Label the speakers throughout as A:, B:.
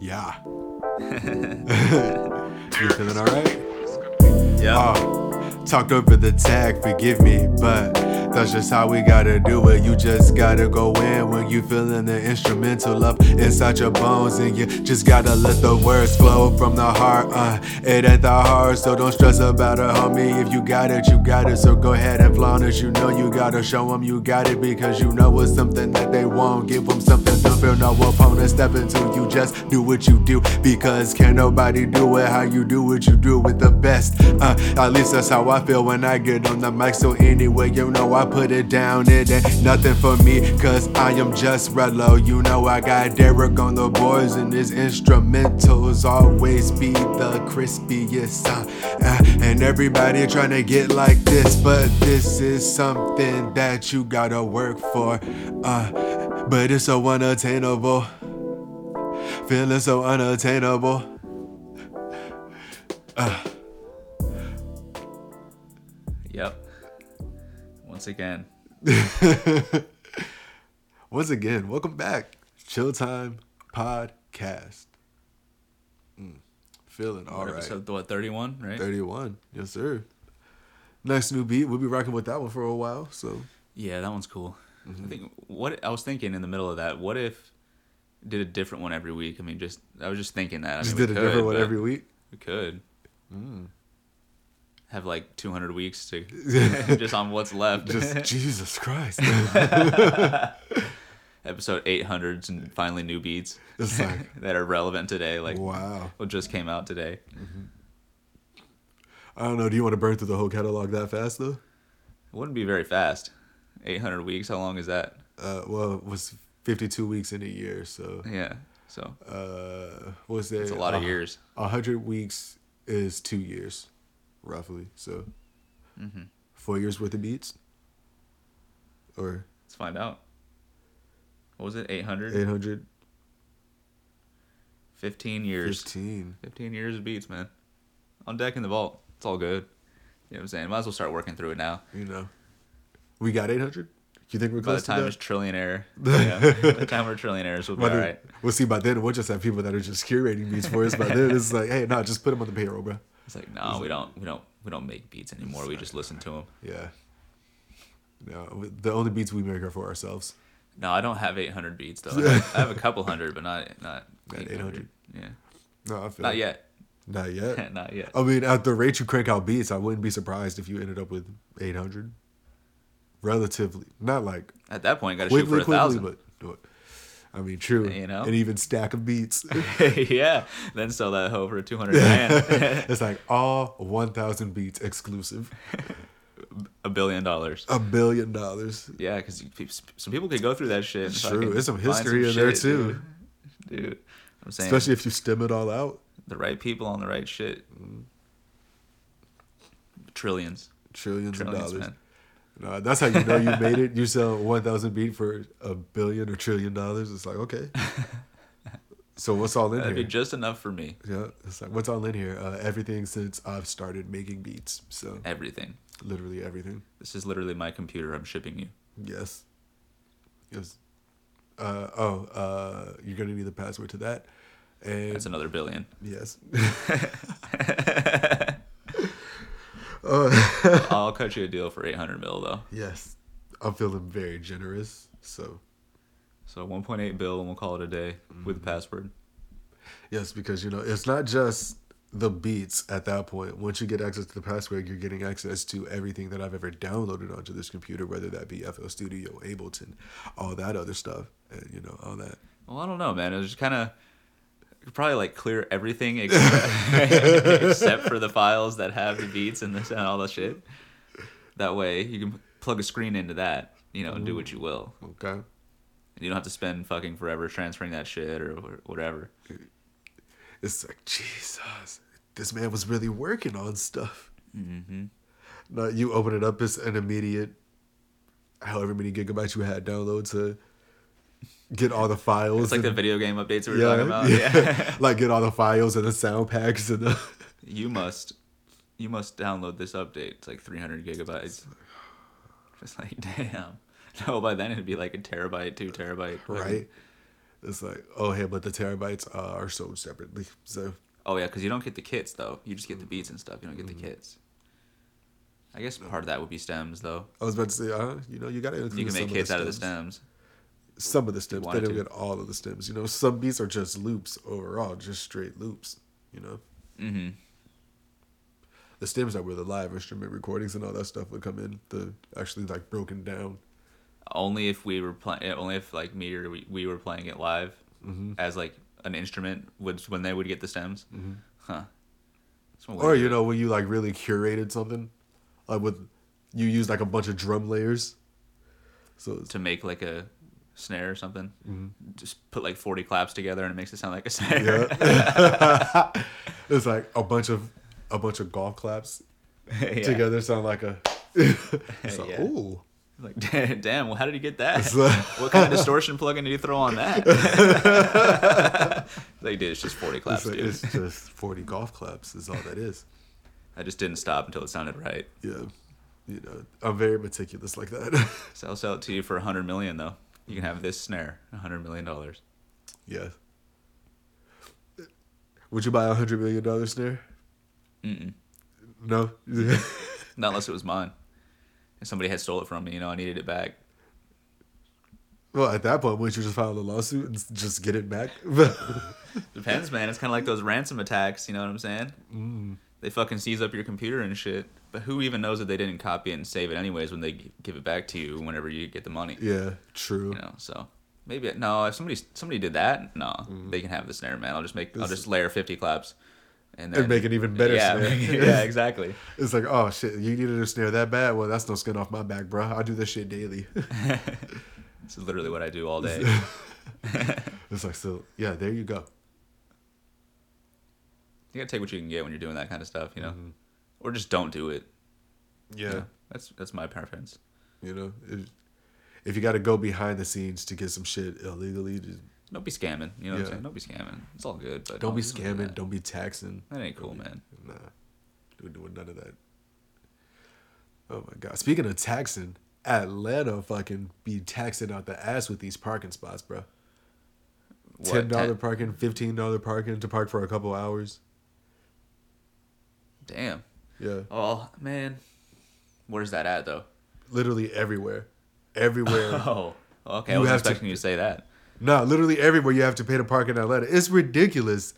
A: Yeah. you feeling all right?
B: Yeah.
A: Oh, talked over the tag, forgive me, but that's just how we gotta do it. You just gotta go in when you feeling the instrumental up inside your bones, and you just gotta let the words flow from the heart. Uh, it ain't that hard, so don't stress about it, homie. If you got it, you got it, so go ahead and flaunt it. You know you gotta show 'em you got it because you know it's something that they won't. Give 'em something, don't feel no opponent. Step into you, just do what you do because can't nobody do it how you do it. You do it the best. Uh, at least that's how I feel when I get on the mic. So anyway, you know I put it down. It ain't nothing for me, cause I am just Rello. You know I got Derek on the boards and his instrumentals always be the crispiest. Uh, uh, and everybody trying to get like this, but this is something that you gotta work for. Uh, but it's so unattainable. Feeling so unattainable.
B: Yep. Once again.
A: Once again, welcome back. Chill Time Podcast. Mm, feeling all
B: What
A: right.
B: episode what, 31, right?
A: 31. Yes, sir. Next new beat. We'll be rocking with that one for a while. So,
B: Yeah, that one's cool.
A: Mm-hmm.
B: I think what I was thinking in the middle of that, what if did a different one every week? I mean, just I was just thinking that. I
A: just
B: mean, we
A: did a
B: could,
A: different one
B: but
A: every Mm. week.
B: We could. Have like 200 weeks to just on what's left.
A: Just Jesus Christ.
B: Episode 800s and finally new beats
A: It's like,
B: that are relevant today. Like
A: wow.
B: what just came out today.
A: I don't know. Do you want to burn through the whole catalog that fast, though?
B: It wouldn't be very fast. 800 weeks. How long is that?
A: Uh, well, it was 52 weeks in a year. So,
B: Yeah. So
A: uh, what's that?
B: it's a lot of years.
A: 100 weeks is two years, roughly. So,
B: Mm-hmm.
A: four years worth of beats? Or
B: Let's find out. What was it? 800?
A: 815?
B: 15 years. 15 years of beats, man. On deck in the vault. It's all good. You know what I'm saying? Might as well start working through it now.
A: You know, we got 800. You think we're
B: By the
A: close
B: time
A: to
B: it's
A: that?
B: trillionaire, yeah, by the time we're trillionaires, we'll be
A: By
B: all
A: the-
B: right.
A: We'll see. By then, we'll just have people that are just curating beats for us. By then, it's like, hey, nah, just put them on the payroll, bro.
B: It's like, no, we don't, we don't, we don't make beats anymore. We just listen to them.
A: Yeah. No, we- the only beats we make are for ourselves.
B: No, I don't have 800 beats though. I have, I have a couple hundred, but not not
A: Not 800.
B: Yeah,
A: No, I feel
B: not
A: it.
B: yet.
A: Not yet.
B: not yet.
A: I mean, at the rate you crank out beats, I wouldn't be surprised if you ended up with 800. Relatively, not like
B: At that point, got to shoot for
A: quickly,
B: a
A: quickly,
B: thousand.
A: but, but I mean, true.
B: You know?
A: an even stack of beats.
B: yeah, then sell that hoe for 200 grand,
A: it's like all 1,000 beats exclusive.
B: a billion dollars.
A: a billion dollars.
B: Yeah, because some people could go through that shit. and
A: It's
B: fucking
A: true. There's some
B: find
A: history in there
B: shit,
A: too,
B: dude. Dude, I'm saying
A: especially if you stem it all out.
B: the right people on the right shit. Trillions,
A: Trillions, of
B: trillions,
A: dollars.
B: man.
A: No, that's how you know you made it. You sell one thousand beat for a billion or trillion dollars. It's like okay. so what's all in
B: That'd
A: here?
B: be just enough for me.
A: yeah, it's like what's all in here? Uh, everything since I've started making beats. So
B: Everything.
A: literally everything.
B: This is literally my computer. I'm shipping you.
A: Yes. Yes. Uh, oh, uh, you're gonna need the password to that. And
B: That's another billion.
A: yes. Uh.
B: I'll cut you a deal for 800 mil though.
A: Yes. I'm feeling very generous. So,
B: So 1.8 bill, and we'll call it a day with
A: Mm-hmm.
B: the password.
A: yes, because, you know, it's not just the beats at that point. Once you get access to the password, you're getting access to everything that I've ever downloaded onto this computer, whether that be FL Studio, Ableton, all that other stuff, and, you know, all that.
B: Well, I don't know, man. It was just kind of probably like clear everything except, except for the files that have the beats and this and all that shit. That way, you can plug a screen into that, you know, and do what you will.
A: Okay.
B: And you don't have to spend fucking forever transferring that shit or wh- whatever.
A: It's like, Jesus, this man was really working on stuff. Mm-hmm. Now, you open it up, it's an immediate, however many gigabytes you had download to get all the files.
B: It's like the
A: and-
B: video game updates we were talking about. Yeah.
A: like get all the files and the sound packs and the
B: you must, you must download this update. It's like 300 gigabytes. It's like, damn. No, by then it'd be like a terabyte, two terabyte. fucking-
A: right. It's like, oh hey, but the terabytes uh, are sold separately. So
B: Oh yeah, because you don't get the kits though. You just get the
A: Mm.
B: beats and stuff. You don't get the kits. I guess part of that would be stems though.
A: I was about to say, uh, you know, you gotta include
B: You can
A: some
B: make kits
A: of the
B: out of the
A: stems.
B: stems.
A: Some of the stems. They
B: wanted
A: don't
B: to.
A: get all of the stems. You know, some beats are just loops overall, just straight loops. You know,
B: Mm-hmm.
A: the stems are where the live instrument recordings and all that stuff would come in. The actually like broken down.
B: Only if we were playing. Only if like me or we, we were playing it live
A: Mm-hmm.
B: as like an instrument would when they would get the stems. Huh. That's one way
A: Mm-hmm. Or
B: to do
A: you
B: it.
A: know, when you like really curated something, like with you use like a bunch of drum layers. So it's-
B: to make like a snare or something.
A: Mm-hmm.
B: Just put like 40 claps together and it makes it sound like a snare.
A: yeah, it's like a bunch of a bunch of golf claps
B: Yeah.
A: together sound like a. it's like,
B: Yeah.
A: ooh.
B: Like, damn, damn, well, how did he get that?
A: like-
B: what kind of distortion plugin did you throw on that? like, dude, it's just 40 claps,
A: It's, like,
B: dude.
A: it's just 40 golf claps is all that is.
B: I just didn't stop until it sounded right.
A: Yeah. You know, I'm very meticulous like that.
B: So I'll sell it to you for 100 million, though. You can have this snare, 100 million dollars.
A: yeah. Would you buy a $100 million snare?
B: Mm-mm.
A: No?
B: Not unless it was mine. And somebody had stole it from me, you know, I needed it back.
A: well, at that point, wouldn't you just file a lawsuit and s- just get it back?
B: Depends, man. It's kind of like those ransom attacks. You know what I'm saying? Mm. They fucking seize up your computer and shit. But who even knows that they didn't copy it and save it anyways when they g- give it back to you whenever you get the money?
A: yeah, true.
B: You know, so maybe no. If somebody somebody did that, no, they can have the snare, man. I'll just make I'll
A: Mm-hmm. This-
B: just layer 50 claps, and then
A: And make an even better
B: yeah,
A: snare.
B: make it- yeah, exactly.
A: It's like, oh shit, you needed a snare that bad? Well, that's no skin off my back, bro. I do this shit daily.
B: This is literally what I do all day.
A: it's like, so yeah, there you go.
B: You gotta take what you can get when you're doing that kind of stuff, you know, or just don't do it.
A: Mm-hmm. Yeah.
B: you know? that's that's my preference.
A: You know, if, if you got to go behind the scenes to get some shit illegally, just
B: Don't be scamming. You know what I'm
A: Yeah.
B: saying? Don't be scamming. It's all good, but
A: don't be
B: do
A: scamming,
B: that.
A: don't be taxing.
B: That ain't cool, man.
A: Nah, we're doing none of that. Oh my god! Speaking of taxing, Atlanta fucking be taxing out the ass with these parking spots, bro.
B: What,
A: Ten dollar
B: ten-
A: parking, fifteen dollar parking to park for a couple hours.
B: Damn.
A: Yeah,
B: Oh man, where's that at though?
A: literally everywhere, everywhere.
B: Oh, okay.
A: You
B: I was
A: have to-
B: expecting you to say that.
A: Nah, literally everywhere you have to pay to park in Atlanta. It's ridiculous.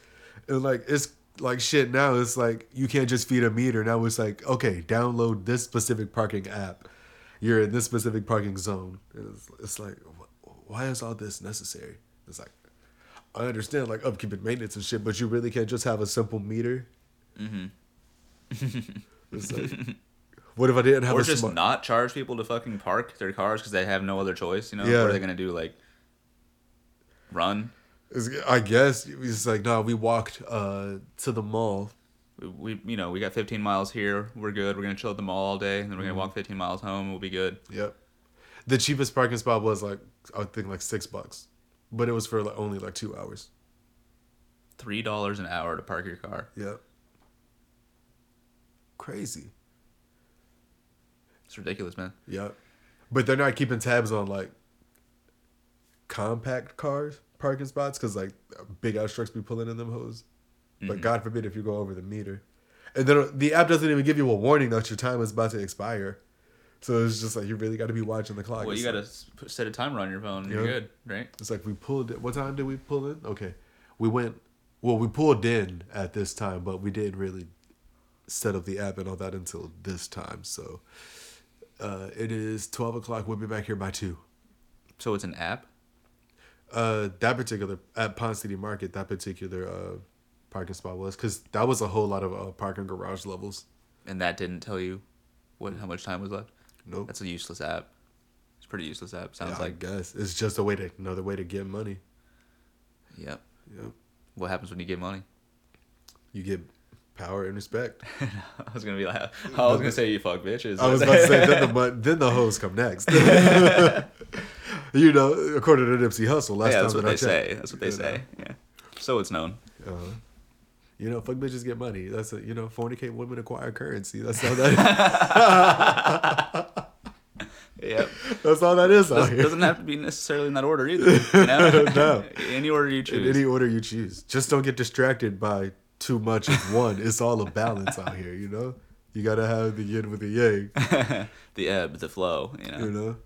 A: And like it's like shit now. It's like you can't just feed a meter. Now it's like, okay, download this specific parking app. You're in this specific parking zone. And It's, it's like, wh- why is all this necessary? It's like, I understand like upkeep and maintenance and shit, but you really can't just have a simple meter. Mm-hmm. it's like, what if I didn't have
B: Or
A: a
B: just
A: smart?
B: not charge people to fucking park their cars because they have no other choice. You know,
A: Yeah.
B: what are they gonna do? Like, run?
A: It's- I guess it's like, nah, we walked uh, to the mall.
B: We, we, you know, we got 15 miles here. We're good. We're gonna chill at the mall all day, and then we're
A: Mm-hmm.
B: gonna walk 15 miles home. We'll be good.
A: Yep. The cheapest parking spot was like I think like six bucks, but it was for like only like two hours.
B: Three dollars an hour to park your car.
A: Yep. Crazy.
B: It's ridiculous, man.
A: Yep. But they're not keeping tabs on like compact cars parking spots because like big ass trucks be pulling in them hoes.
B: Mm-hmm.
A: But God forbid if you go over the meter, and then the app doesn't even give you a warning that your time is about to expire. So it's just like you really got to be watching the clock.
B: Well, you
A: It's
B: gotta
A: like-
B: s- put- set a timer on your phone. and You're
A: Yeah.
B: good, right?
A: It's like we pulled. What time did we pull in? Okay, we went. Well, we pulled in at this time, but we didn't really set up the app and all that until this time. So uh, it is twelve o'clock. We'll be back here by two.
B: So it's an app.
A: Uh, that particular at Pond City Market, that particular uh, parking spot was because that was a whole lot of uh, parking garage levels.
B: and that didn't tell you what how much time was left.
A: Nope.
B: That's a useless app. It's a pretty useless app. Sounds
A: Yeah, I
B: like
A: guess it's just a way to another way to get money.
B: yeah.
A: Yep.
B: What happens when you get money?
A: You get power and respect.
B: I was gonna be like, I was gonna say you fuck bitches.
A: I was about to say then the mon- then the hoes come next. you know, according to Nipsey Hussle, last
B: yeah,
A: time
B: that's what they
A: that I checked,
B: say. That's what they
A: you know,
B: say. Yeah. So it's known.
A: uh-huh. You know, fuck bitches get money. That's a, you know, fornicate women acquire currency. That's how that.
B: Yeah, Yep.
A: That's all that is. out
B: Doesn't,
A: here.
B: doesn't have to be necessarily in that order either. You know?
A: No.
B: Any order you
A: in
B: choose.
A: any order you choose. Just don't get distracted by too much of one. it's all a balance out here, you know? You gotta have the yin with the yang,
B: the ebb, the flow. You know.
A: you know?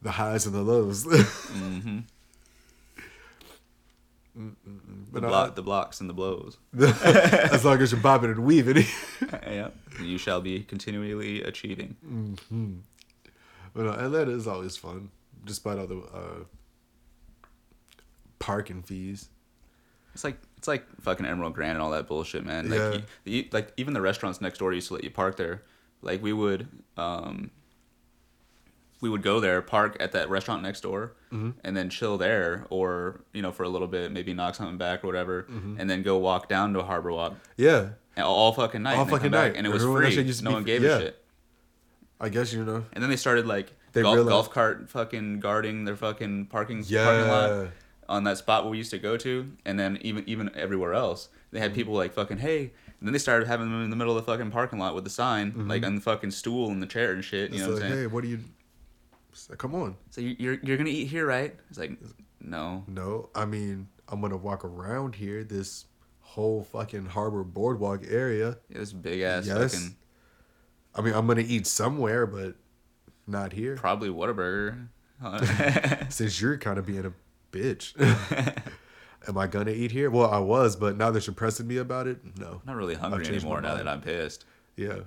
A: The highs and the lows.
B: Mm-hmm. the,
A: but uh, I-
B: block, the blocks and the blows.
A: as long as you're bobbing and weaving.
B: yeah. You shall be continually achieving.
A: but uh, Atlanta is always fun, despite all the uh, parking fees.
B: It's like it's like fucking Emerald Grand and all that bullshit, man. Like,
A: Yeah.
B: you- you- like even the restaurants next door used to let you park there. Like we would, um, we would go there, park at that restaurant next door,
A: Mm-hmm.
B: and then chill there, or you know for a little bit, maybe knock something back or whatever,
A: Mm-hmm.
B: and then go walk down to Harbor Walk
A: Yeah,
B: and all, all fucking night.
A: All
B: and then come
A: fucking
B: back,
A: night.
B: and it was
A: Remember when that shit
B: free.
A: used to
B: No
A: be
B: one
A: f-
B: gave
A: yeah.
B: a shit.
A: I guess you know.
B: And then they started like
A: They
B: golf,
A: realized-
B: golf cart fucking guarding their fucking parking parking
A: Yeah.
B: lot on that spot where we used to go to, and then even even everywhere else. They
A: Mm-hmm.
B: had people like fucking hey. And then they started having them in the middle of the fucking parking lot with the sign, like on the fucking stool and the chair and shit. You
A: Mm-hmm. It's
B: know what
A: like,
B: I'm saying?
A: hey, what do you? It's like, come on.
B: So you- you're you're gonna eat here, right? It's like no.
A: No, I mean, I'm gonna walk around here, this whole fucking harbor boardwalk area.
B: It was big ass
A: Yes.
B: fucking
A: I mean, I'm gonna eat somewhere, but not here.
B: probably Whataburger.
A: Since you're kind of being a bitch. Am I gonna eat here? Well, I was, but now that you're pressing me about it, no.
B: I'm not really hungry
A: I've changed
B: anymore
A: my
B: now
A: mind.
B: that I'm pissed.
A: Yeah.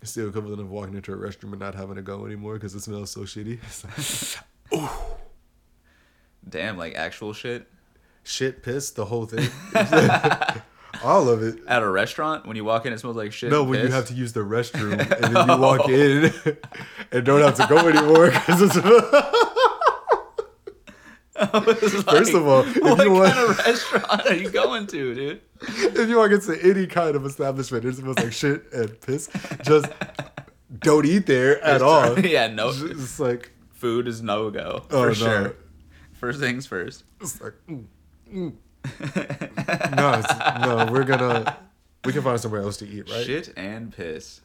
A: It's the equivalent of walking into a restroom and not having to go anymore because it smells so shitty. It's like,
B: Damn, like actual shit.
A: Shit, piss, the whole thing. All of it.
B: At a restaurant, when you walk in, it smells like shit.
A: No,
B: and
A: when you
B: piss.
A: have to use the restroom and then you walk in and don't have to go anymore because it's. First of all, if you
B: what
A: want-
B: kind of restaurant are you going to, dude?
A: if you walk into any kind of establishment, it smells like shit and piss. Just don't eat there at all.
B: yeah, no,
A: It's like,
B: food is no go
A: oh
B: for
A: no,
B: sure. First things first.
A: it's like, mm, mm. no, it's, no, we're gonna, we can find somewhere else to eat, right? Mm-hmm.
B: Shit and piss.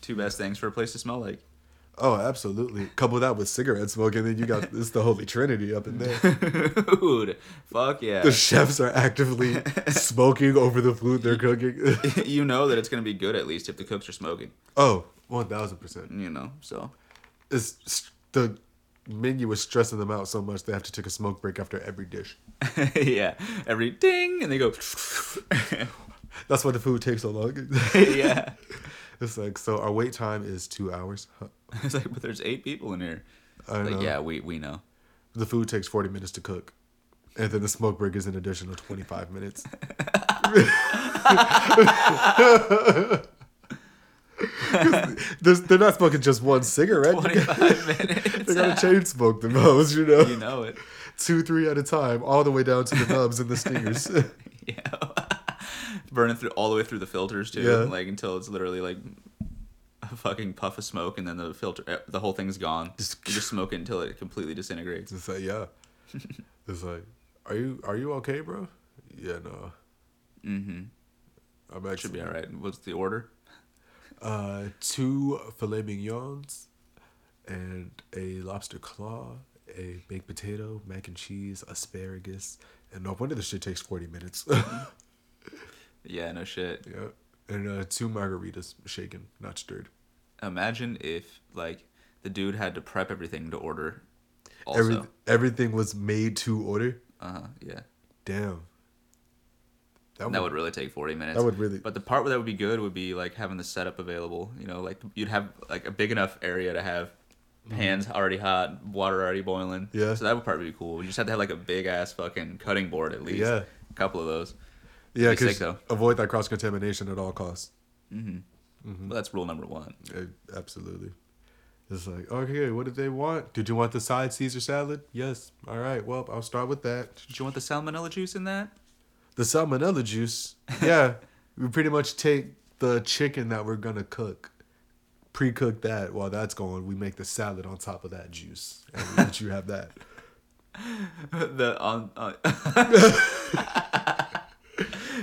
B: Two best things for a place to smell like.
A: Oh, absolutely. Couple that with cigarette smoke, and then you got it's the holy trinity up in there.
B: Dude, fuck yeah.
A: The chefs are actively smoking over the food they're cooking.
B: you know that it's gonna be good at least if the cooks are smoking.
A: oh, one thousand percent.
B: You know, so
A: It's s- the menu is stressing them out so much they have to take a smoke break after every dish.
B: yeah. Every ding, and they go.
A: That's why the food takes so long.
B: yeah.
A: it's like so our wait time is two hours. Huh.
B: It's like, but there's eight people in here.
A: I
B: like,
A: know.
B: yeah, we we know.
A: The food takes forty minutes to cook, and then the smoke break is an additional twenty five minutes. There's- they're not smoking just one cigarette. You got-
B: 25 minutes.
A: They gotta chain smoke the nose, you know,
B: you know it.
A: two, three at a time, all the way down to the nubs and the stingers.
B: Yeah. Burn it through all the way through the filters too,
A: Yeah.
B: like until it's literally like a fucking puff of smoke, and then the filter, eh, the whole thing's gone.
A: Just-
B: you just smoke it until it completely disintegrates.
A: It's like, yeah. It's like, are you are you okay, bro? Yeah, no. Mm-hmm. I'm
B: Should
A: actually
B: be all right. What's the order?
A: uh, two filet mignons, and a lobster claw, a baked potato, mac and cheese, asparagus, and no wonder this shit takes forty minutes.
B: Yeah, no shit.
A: yeah, and uh, two margaritas, shaken, not stirred.
B: Imagine if like the dude had to prep everything to order. Also,
A: Every, everything was made to order.
B: uh huh, yeah.
A: Damn. That,
B: That would really take forty minutes.
A: That would really-
B: But the part where that would be good would be like having the setup available. You know, like you'd have like a big enough area to have pans already hot, water already boiling.
A: Mm-hmm. Yeah.
B: So that would probably be cool. You just have to have like a big ass fucking cutting board at least.
A: Yeah.
B: A couple of those.
A: yeah,
B: be sick,
A: 'cause
B: though.
A: avoid that cross contamination at all costs. Mm-hmm.
B: Well, that's rule number one.
A: Eh, Absolutely. It's like, okay, what did they want? Did you want the side Caesar salad? Yes. All right. Well, I'll start with that.
B: Did you want the salmonella juice in that?
A: The salmonella juice. Yeah. we pretty much take the chicken that we're going to cook, pre cook that. While that's going, we make the salad on top of that juice. And we let you have that.
B: um, uh, the on. on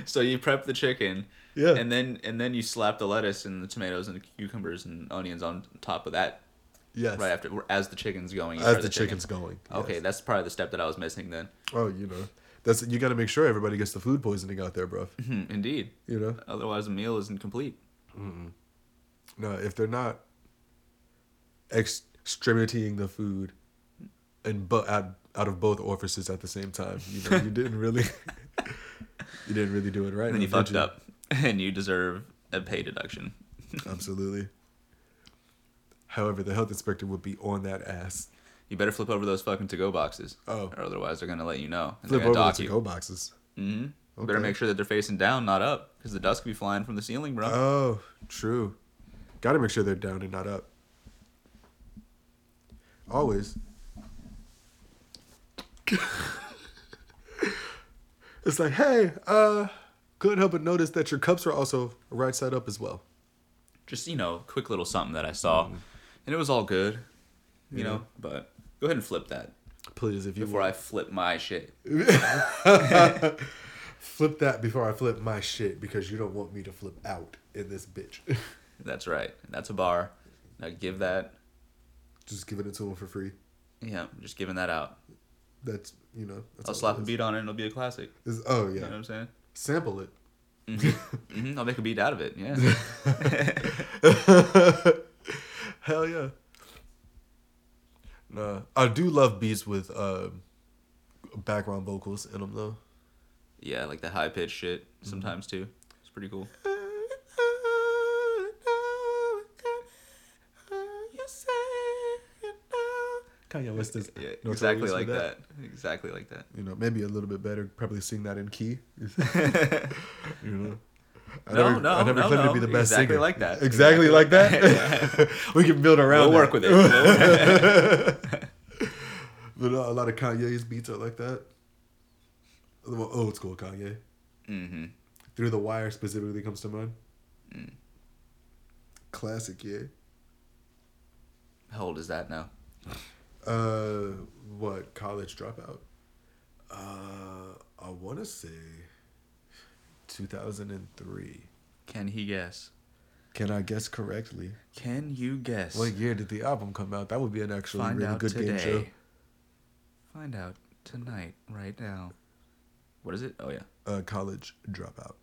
B: so you prep the chicken.
A: Yeah.
B: And then and then you slap the lettuce and the tomatoes and the cucumbers and onions on top of that
A: Yes.
B: right after as the chicken's going. you
A: As
B: fry
A: the,
B: chicken.
A: chicken's going.
B: Okay,
A: yes.
B: that's probably the step that I was missing then.
A: Oh, you know. That's you got to make sure everybody gets the food poisoning out there, bro.
B: Hmm, Indeed.
A: You know.
B: Otherwise, the meal isn't complete.
A: No, if they're not extremitying the food and but out, out of both orifices at the same time, you know, you didn't really you didn't really do it right.
B: And then you
A: did
B: fucked up, and you deserve a pay deduction.
A: Absolutely. However, the health inspector would be on that ass.
B: You better flip over those fucking to-go boxes.
A: Oh.
B: Or otherwise, they're gonna let you know. and
A: Flip
B: they're gonna
A: over
B: dock
A: the
B: you.
A: to-go boxes.
B: hmm Better
A: Okay.
B: make sure that they're facing down, not up, because the dust could be flying from the ceiling, bro.
A: Oh, true. Got to make sure they're down and not up. Always. it's like, hey, uh, couldn't help but notice that your cups are also right side up as well.
B: Just you know, quick little something that I saw,
A: Mm.
B: and it was all good, you know. But go ahead and flip that
A: Please, if you
B: before I flip my shit.
A: flip that before I flip my shit, because you don't want me to flip out in this bitch.
B: That's right. That's a bar. Now give that.
A: Just giving it to him for free.
B: Yeah, I'm just giving that out.
A: That's you know. That's
B: I'll
A: all
B: slap
A: it
B: a
A: is.
B: beat on it, and it'll be a classic.
A: It's- oh
B: You know what
A: yeah,
B: I'm saying?
A: sample it.
B: hmm I'll make a beat out of it. Yeah.
A: Hell yeah. Nah, I do love beats with uh,
B: um,
A: background vocals in them though.
B: yeah, like the high pitched shit
A: Mm-hmm.
B: sometimes too. It's pretty cool.
A: Kanye West is
B: Yeah,
A: notorious
B: exactly
A: for
B: like that. Exactly like that.
A: You know, maybe a little bit better. Probably sing that in key. you know. I
B: No,
A: never,
B: no,
A: I never
B: no,
A: claimed
B: no.
A: to be the best
B: Exactly
A: singer.
B: like that.
A: Exactly,
B: Exactly.
A: like that. we can build around.
B: We'll work
A: that.
B: with it.
A: But uh, a lot of Kanye's beats are like that. The more old school Kanye.
B: mm-hmm.
A: Through the Wire specifically comes to mind.
B: Mm.
A: Classic, yeah.
B: How old is that now?
A: Uh, what college dropout? Uh, I want to say 2003.
B: Can he guess?
A: Can I guess correctly?
B: Can you guess?
A: What year did the album come out? That would be an actually
B: Find
A: really
B: out
A: good
B: today.
A: game show.
B: Find out tonight, right now. What is it? Oh yeah.
A: Uh, college dropout.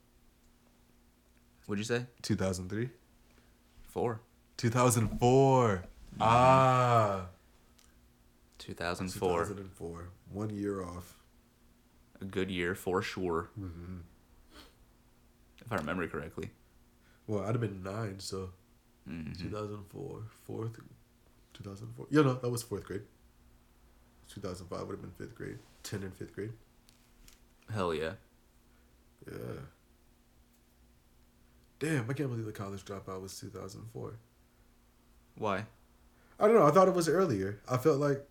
B: What'd you say?
A: 2003.
B: Four.
A: 2004.
B: Mm.
A: Ah.
B: Two thousand four.
A: 2004. One year off.
B: A good year for sure.
A: Mm-hmm.
B: If I remember correctly.
A: Well, I'd have been nine, so 2004, fourth, 2004. Yeah, no, that was fourth grade. 2005 would have been fifth grade, 10 and fifth grade.
B: Hell yeah.
A: Yeah. Damn, I can't believe the college dropout was 2004.
B: Why?
A: I don't know. I thought it was earlier. I felt like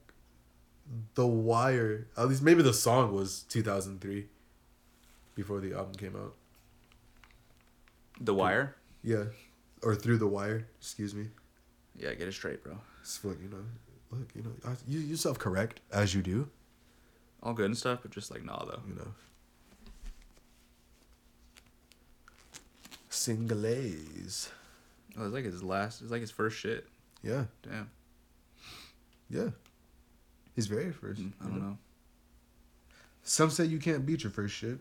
A: The Wire, at least maybe the song was 2003 before the album came out.
B: The Wire.
A: Yeah. Or Through the Wire, excuse me.
B: Yeah, get it straight, bro.
A: It's like, you know, look, you know, I, you, you self correct as you do,
B: All good and stuff, but just like nah though.
A: you know. Singles.
B: Oh, it's like his last. It's like his first shit.
A: Yeah,
B: Damn.
A: yeah. His very first.
B: I don't know.
A: Some say you can't beat your first shit.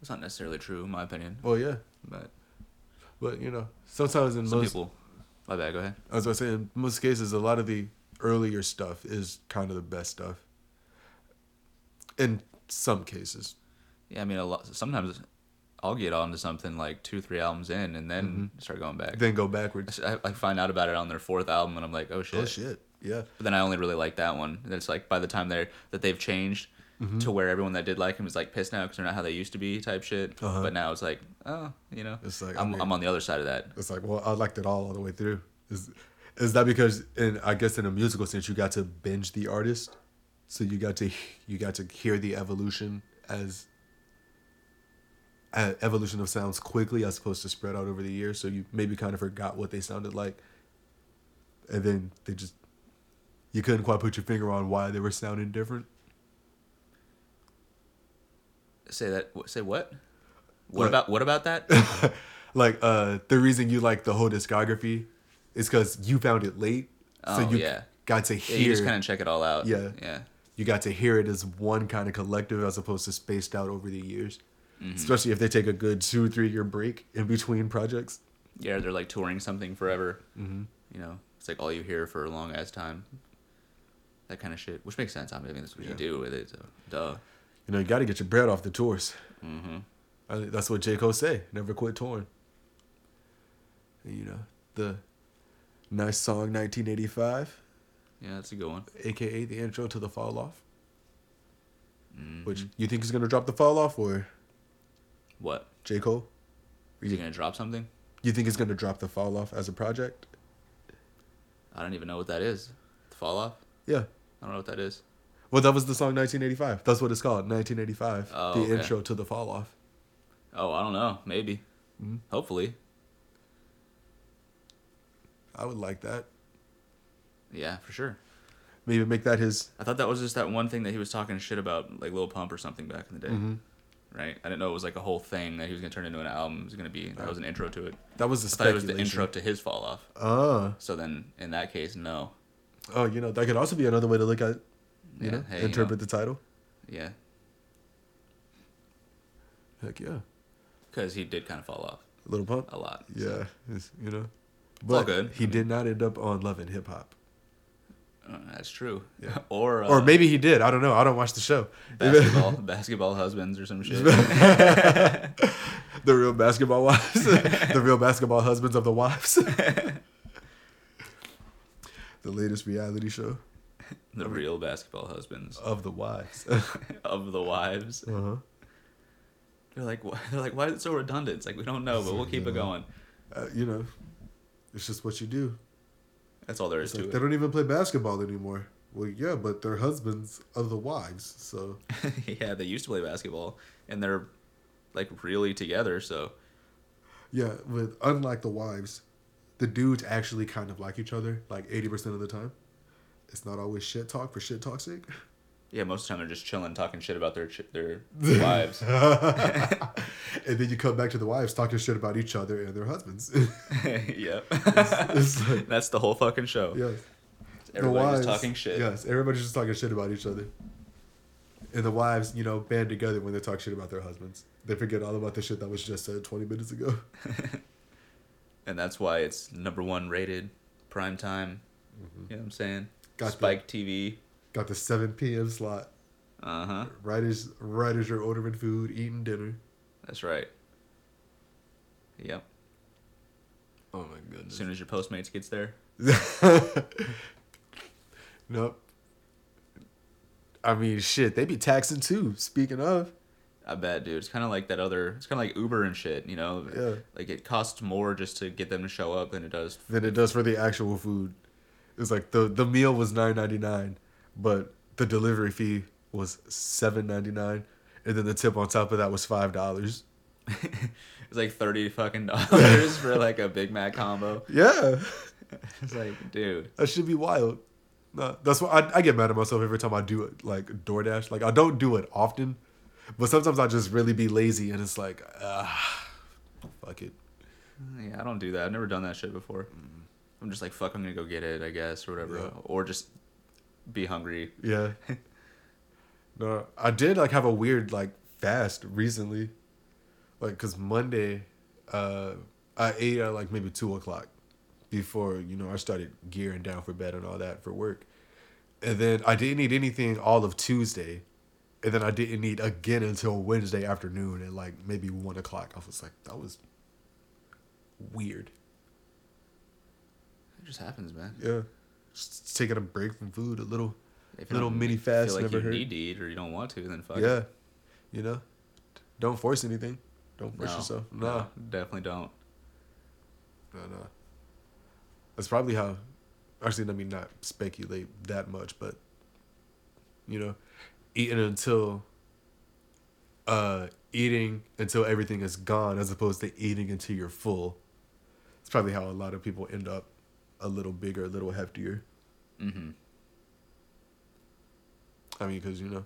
B: It's not necessarily true, in my opinion.
A: Well, yeah.
B: But
A: But, you know, sometimes in
B: some
A: most,
B: people. My bad. Go ahead.
A: as I say, in most cases, a lot of the earlier stuff is kind of the best stuff. In some cases.
B: Yeah, I mean, a lot. Sometimes I'll get onto something like two, three albums in, and then start going back.
A: Mm-hmm. Then go backwards.
B: I, I find out about it on their fourth album, and I'm like, oh shit.
A: Oh, shit. Yeah.
B: But then I only really like that one. And it's like by the time they're that they've changed
A: Mm-hmm.
B: to where everyone that did like him is like pissed now because they're not how they used to be type shit.
A: Uh-huh.
B: But now it's like, oh, you know,
A: It's like, I
B: I'm,
A: mean-
B: I'm on the other side of that.
A: It's like, well, I liked it all all the way through. Is is that because, in I guess, in a musical sense, you got to binge the artist, so you got to you got to hear the evolution as uh, evolution of sounds quickly, as opposed to spread out over the years. So you maybe kind of forgot what they sounded like, and then they just you couldn't quite put your finger on why they were sounding different.
B: Say that. wh- Say what? What
A: What?
B: about what about that?
A: like uh the reason you like the whole discography is because you found it late
B: Oh,
A: so you
B: yeah.
A: got to
B: Yeah,
A: hear
B: you just kind of check it all out.
A: Yeah.
B: Yeah.
A: you got to hear it as one kind of collective as opposed to spaced out over the years especially if they take a good two three year break in between projects
B: Yeah, they're like touring something forever. Mm-hmm. You know, it's like all you hear for a long ass time. That kind of shit, which makes sense. I mean, that's what you
A: Yeah.
B: do with it. So, duh.
A: you know you got to get your bread off the tours I think that's what j cole say never quit touring And, you know the nice song 1985
B: Yeah, that's a good one.
A: aka the intro to the fall off which you think is going to drop the fall off or
B: What?
A: j cole
B: Is he gonna drop something?
A: You think it's gonna drop the fall off as a project?
B: I don't even know what that is. The fall off?
A: Yeah.
B: I don't know what that is.
A: Well, that was the song 1985. That's what it's called, 1985.
B: Oh,
A: the
B: okay.
A: intro to the fall off.
B: Oh, I don't know. Maybe.
A: Mm-hmm.
B: Hopefully.
A: I would like that.
B: Yeah, for sure.
A: Maybe make that his.
B: I thought that was just that one thing that he was talking shit about, like Lil Pump or something back in the day.
A: Mm-hmm.
B: Right? I didn't know it was like a whole thing that he was gonna turn into an album. It was gonna be that was an intro to it.
A: That was the
B: I thought it was
A: speculation.
B: the intro to his fall off.
A: Ah.
B: So then, in that case, no.
A: oh, you know that could also be another way to look at, you
B: Yeah,
A: know,
B: hey, you
A: interpret
B: know.
A: the title.
B: Yeah,
A: Heck yeah,
B: because he did kind of fall off
A: little pump.
B: a lot.
A: Yeah, it's, you know, but
B: all good.
A: he
B: I mean-
A: did not end up on Love and Hip Hop,
B: Uh, that's true.
A: Yeah.
B: or uh,
A: or maybe he did. I don't know. I don't watch the show.
B: basketball, basketball husbands or some shit.
A: the real basketball wives, the real basketball husbands of the wives. the latest reality show
B: the real basketball husbands
A: of the wives.
B: of the wives.
A: uh-huh.
B: They're like, wh- they're like, why is it so redundant? It's like we don't know, but we'll keep it going.
A: uh, you know, it's just what you do.
B: That's all there is
C: It's like,
B: to
C: they
B: it.
C: don't even play basketball anymore. Well, yeah, but their husbands are the wives, so
B: yeah, they used to play basketball, and they're like really together. So
C: yeah. But unlike the wives, the dudes actually kind of like each other, like eighty percent of the time. It's not always shit talk for shit talk's sake.
B: yeah, most of the time they're just chilling, talking shit about their ch- their wives.
C: And then you come back to the wives talking shit about each other and their husbands.
B: yep,
C: it's like,
B: that's the whole fucking show.
C: yes.
B: Everybody's just talking shit.
C: Yes, everybody's just talking shit about each other. And the wives, you know, band together when they talk shit about their husbands. They forget all about the shit that was just said 20 minutes ago.
B: and that's why it's number one rated prime time. You know what I'm saying?
C: Got the-
B: Spike TV.
C: Got the 7 p.m. slot.
B: Uh huh.
C: Right as right as you're ordering food, eating dinner.
B: That's right. Yep.
A: Oh my
B: As
A: goodness.
B: soon as your Postmates gets there,
A: Nope. I mean, shit, they be taxing too. Speaking of,
B: I bet, dude. It's kind of like that other. It's kind of like Uber and shit. You know.
A: Yeah.
B: Like it costs more just to get them to show up than it does.
A: than it does for the actual food. It's like the the meal was nine ninety nine, but the delivery fee was seven ninety nine, and then the tip on top of that was five dollars.
B: it's like thirty fucking dollars for like a Big Mac combo.
A: Yeah,
B: It's like, dude.
A: that should be wild. No, that's why I, I get mad at myself every time I do it, like DoorDash. Like I don't do it often, but sometimes I just really be lazy, and it's like, ah, fuck it.
B: Yeah, I don't do that. I've never done that shit before. I'm just like, fuck. I'm gonna go get it, I guess, or whatever,
A: Mm-hmm. Yeah.
B: or just be hungry.
A: Yeah. no, I did like have a weird like fast recently, like because Monday, uh, I ate at like maybe two o'clock, before you know I started gearing down for bed and all that for work, and then I didn't eat anything all of Tuesday, and then I didn't eat again until Wednesday afternoon at like maybe one o'clock. I was like, that was weird.
B: It just happens, man.
A: Yeah, just taking a break from food a little.
B: If
A: Little
B: don't
A: mini
B: feel
A: fast
B: like
A: never
B: you
A: hurt.
B: need to eat or you don't want to, then fuck.
A: yeah,
B: it.
A: you know, don't force anything. Don't
B: No,
A: force yourself.
B: no,
A: No,
B: definitely don't.
A: no, no. That's probably how. Actually, let me not speculate that much, but you know, eating until. Uh, eating until everything is gone, as opposed to eating until you're full. It's probably how a lot of people end up a little bigger, a little heftier.
B: Mm-hmm.
A: I mean, because you know,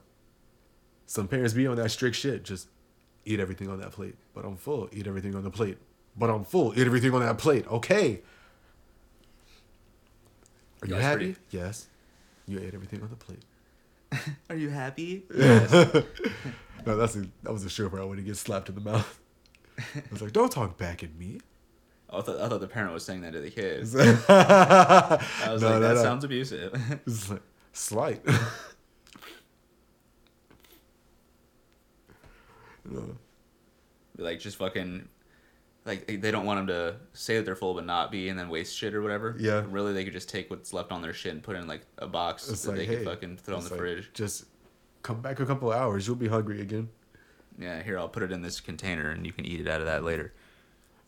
A: some parents be on that strict shit. Just Eat everything on that plate. But I'm full. Eat everything on the plate. But I'm full. Eat everything on that plate. Okay. Are you
B: That's
A: happy?
B: pretty-
A: Yes. You ate everything on the plate.
B: Are you happy?
A: No, that's a, that was a sure where I would have get slapped in the mouth. I was like, don't talk back at me.
B: I thought, I thought the parent was saying that to the kid.
A: I
B: I was
A: no,
B: like,
A: no,
B: that
A: no.
B: sounds abusive.
A: It's like, slight. no.
B: like, just fucking. Like, they don't want them to say that they're full but not be and then waste shit or whatever.
A: Yeah.
B: Really, they could just take what's left on their shit and put it in, like, a box
A: It's
B: that
A: like,
B: they
A: hey,
B: could fucking throw in
A: it's
B: the
A: like,
B: fridge.
A: Just come back a couple hours. You'll be hungry again.
B: Yeah, here, I'll put it in this container and you can eat it out of that later.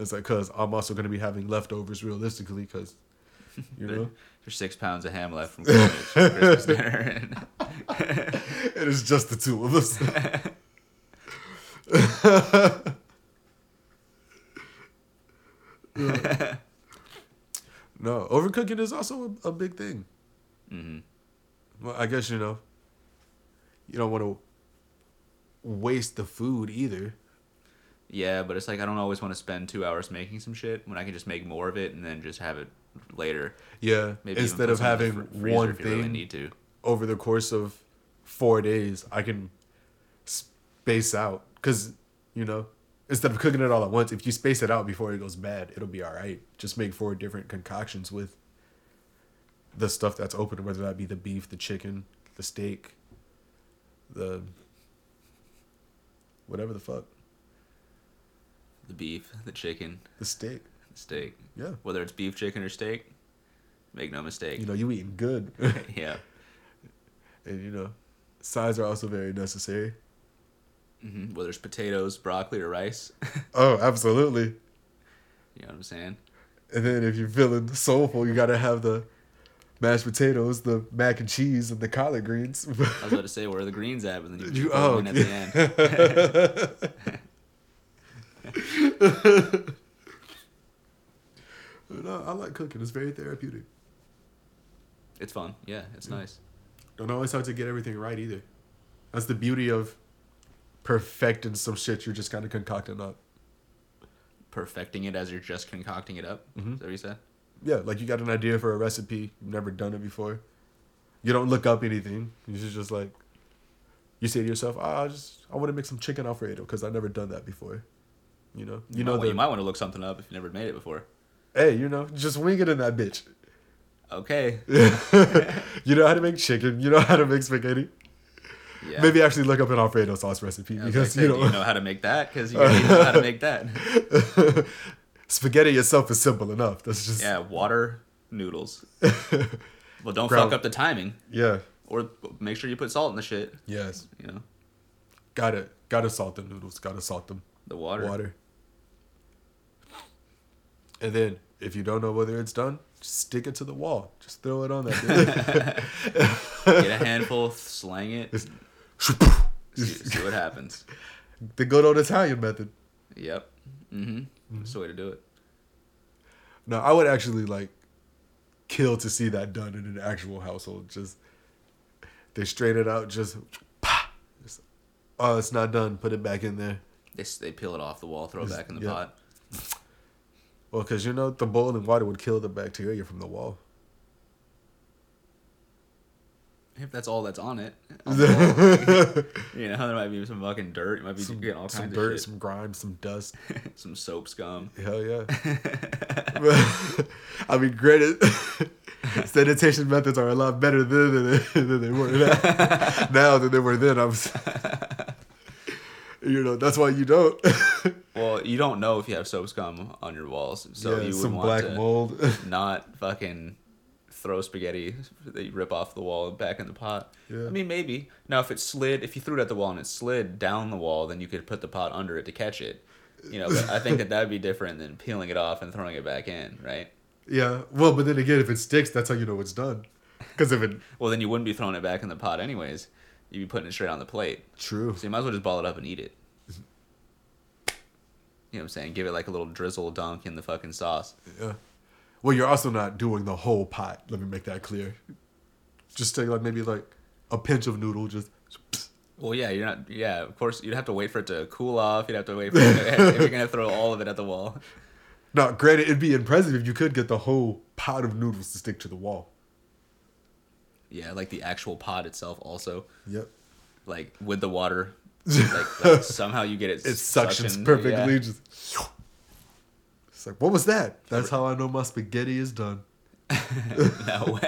A: It's like, cause I'm also gonna be having leftovers realistically, cause you know,
B: There's six pounds of ham left from Christmas, Christmas dinner.
A: it is just the two of us. no, overcooking is also a, a big thing.
B: hmm
A: Well, I guess you know. You don't want to waste the food either.
B: Yeah, but it's like I don't always want to spend two hours making some shit when I can just make more of it and then just have it later.
A: Yeah.
B: Maybe even
A: Instead
B: put
A: of
B: some in
A: having
B: the fr- freezer
A: one
B: if you really
A: thing
B: need to.
A: over the course of four days, I can space out because you know instead of cooking it all at once, if you space it out before it goes bad, it'll be all right. Just make four different concoctions with the stuff that's open, whether that be the beef, the chicken, the steak, the whatever the fuck,
B: The beef, the chicken,
A: the steak.
B: the steak.
A: Yeah,
B: Whether it's beef, chicken, or steak, make no mistake.
A: you know you eating good,
B: yeah.
A: and you know sides are also very necessary.
B: hmm Whether it's potatoes, broccoli, or rice.
A: Oh, absolutely.
B: you know what I'm saying?
A: And then if you're feeling soulful, you gotta have the mashed potatoes, the mac and cheese, and the collard greens.
B: I was about to say, where are the greens at? But then you,
A: You-
B: you
A: oh,
B: at the end.
A: no, uh, I like cooking. It's very therapeutic.
B: It's fun. Yeah, it's nice.
A: Don't always have to get everything right either. That's the beauty of perfecting some shit you're just kind of concocting up.
B: Perfecting it as you're just concocting it up.
A: Mm-hmm.
B: Is that what you said?
A: Yeah, like you got an idea for a recipe, you've never done it before. You don't look up anything. You're just, just like, you say to yourself, ah, I just I want to make some chicken alfredo because I've never done that before. You know, you,
B: You,
A: know
B: might,
A: the
B: you might want to look something up if you never made it before.
A: hey, you know, just wing it in that bitch.
B: Okay.
A: you know how to make chicken. You know how to make spaghetti.
B: Yeah.
A: Maybe actually look up an alfredo sauce recipe
B: I was
A: because
B: gonna
A: you
B: say,
A: know,
B: do you know how to make that? Because you need to know how to make that.
A: spaghetti itself is simple enough. That's just
B: Yeah, water, noodles. Well, don't
A: Ground-
B: fuck up the timing,
A: yeah.
B: or make sure you put salt in the shit.
A: Yes.
B: You know,
A: Gotta gotta salt the noodles. Gotta salt them.
B: the water.
A: Water. And then if you don't know whether it's done, just stick it to the wall. Just throw it on that.
B: Get a handful, slang it,
A: It's-
B: see, see what happens.
A: the good old Italian method.
B: Yep. Mm-hmm. That's the way to do it.
A: No, I would actually like kill to see that done in an actual household. Just they straight it out, just, pa, Just, oh, it's not done. Put it back in there.
B: They s- they peel it off the wall, throw it
A: Is-
B: back in the
A: yeah.
B: pot.
A: Well, because you know the boiling water would kill the bacteria from the wall.
B: If that's all that's on it, on the wall. you know, there might be some fucking dirt. You might be
A: Some,
B: getting all
A: some
B: kinds
A: dirt,
B: of shit.
A: some grime, some dust.
B: Some, soap scum.
A: Hell yeah. I mean, granted, sanitation methods are a lot better than than, than they were now, now than they were then. I'm, s- you know, that's why you don't.
B: Well, you don't know if you have soap scum on your walls, so
A: yeah,
B: you would
A: some
B: want
A: black
B: to
A: mold.
B: not fucking throw spaghetti that you rip off the wall back in the pot.
A: Yeah.
B: I mean, maybe. Now, if it slid, if you threw it at the wall and it slid down the wall, then you could put the pot under it to catch it. You know, but I think that that'd be different than peeling it off and throwing it back in, right?
A: yeah, well, but then again, if it sticks, that's how you know it's done. Because if it
B: Well, then you wouldn't be throwing it back in the pot anyways. You'd be putting it straight on the plate.
A: true,
B: So you might as well just ball it up and eat it. You know what I'm saying? Give it like a little drizzle dunk in the fucking sauce.
A: yeah. Well, you're also not doing the whole pot. Let me make that clear. Just take like maybe like a pinch of noodle, just
B: Well, yeah, you're not. Yeah, of course, you'd have to wait for it to cool off. You'd have to wait for it to, if you're gonna throw all of it at the wall.
A: Now, granted, it'd be impressive if you could get the whole pot of noodles to stick to the wall.
B: Yeah, like the actual pot itself, also,
A: Yep.
B: like with the water, like, like somehow you get it.
A: It suctions
B: suctioned,
A: perfectly.
B: yeah.
A: Just. It's like, what was that? That's how I know my spaghetti is done.
B: No.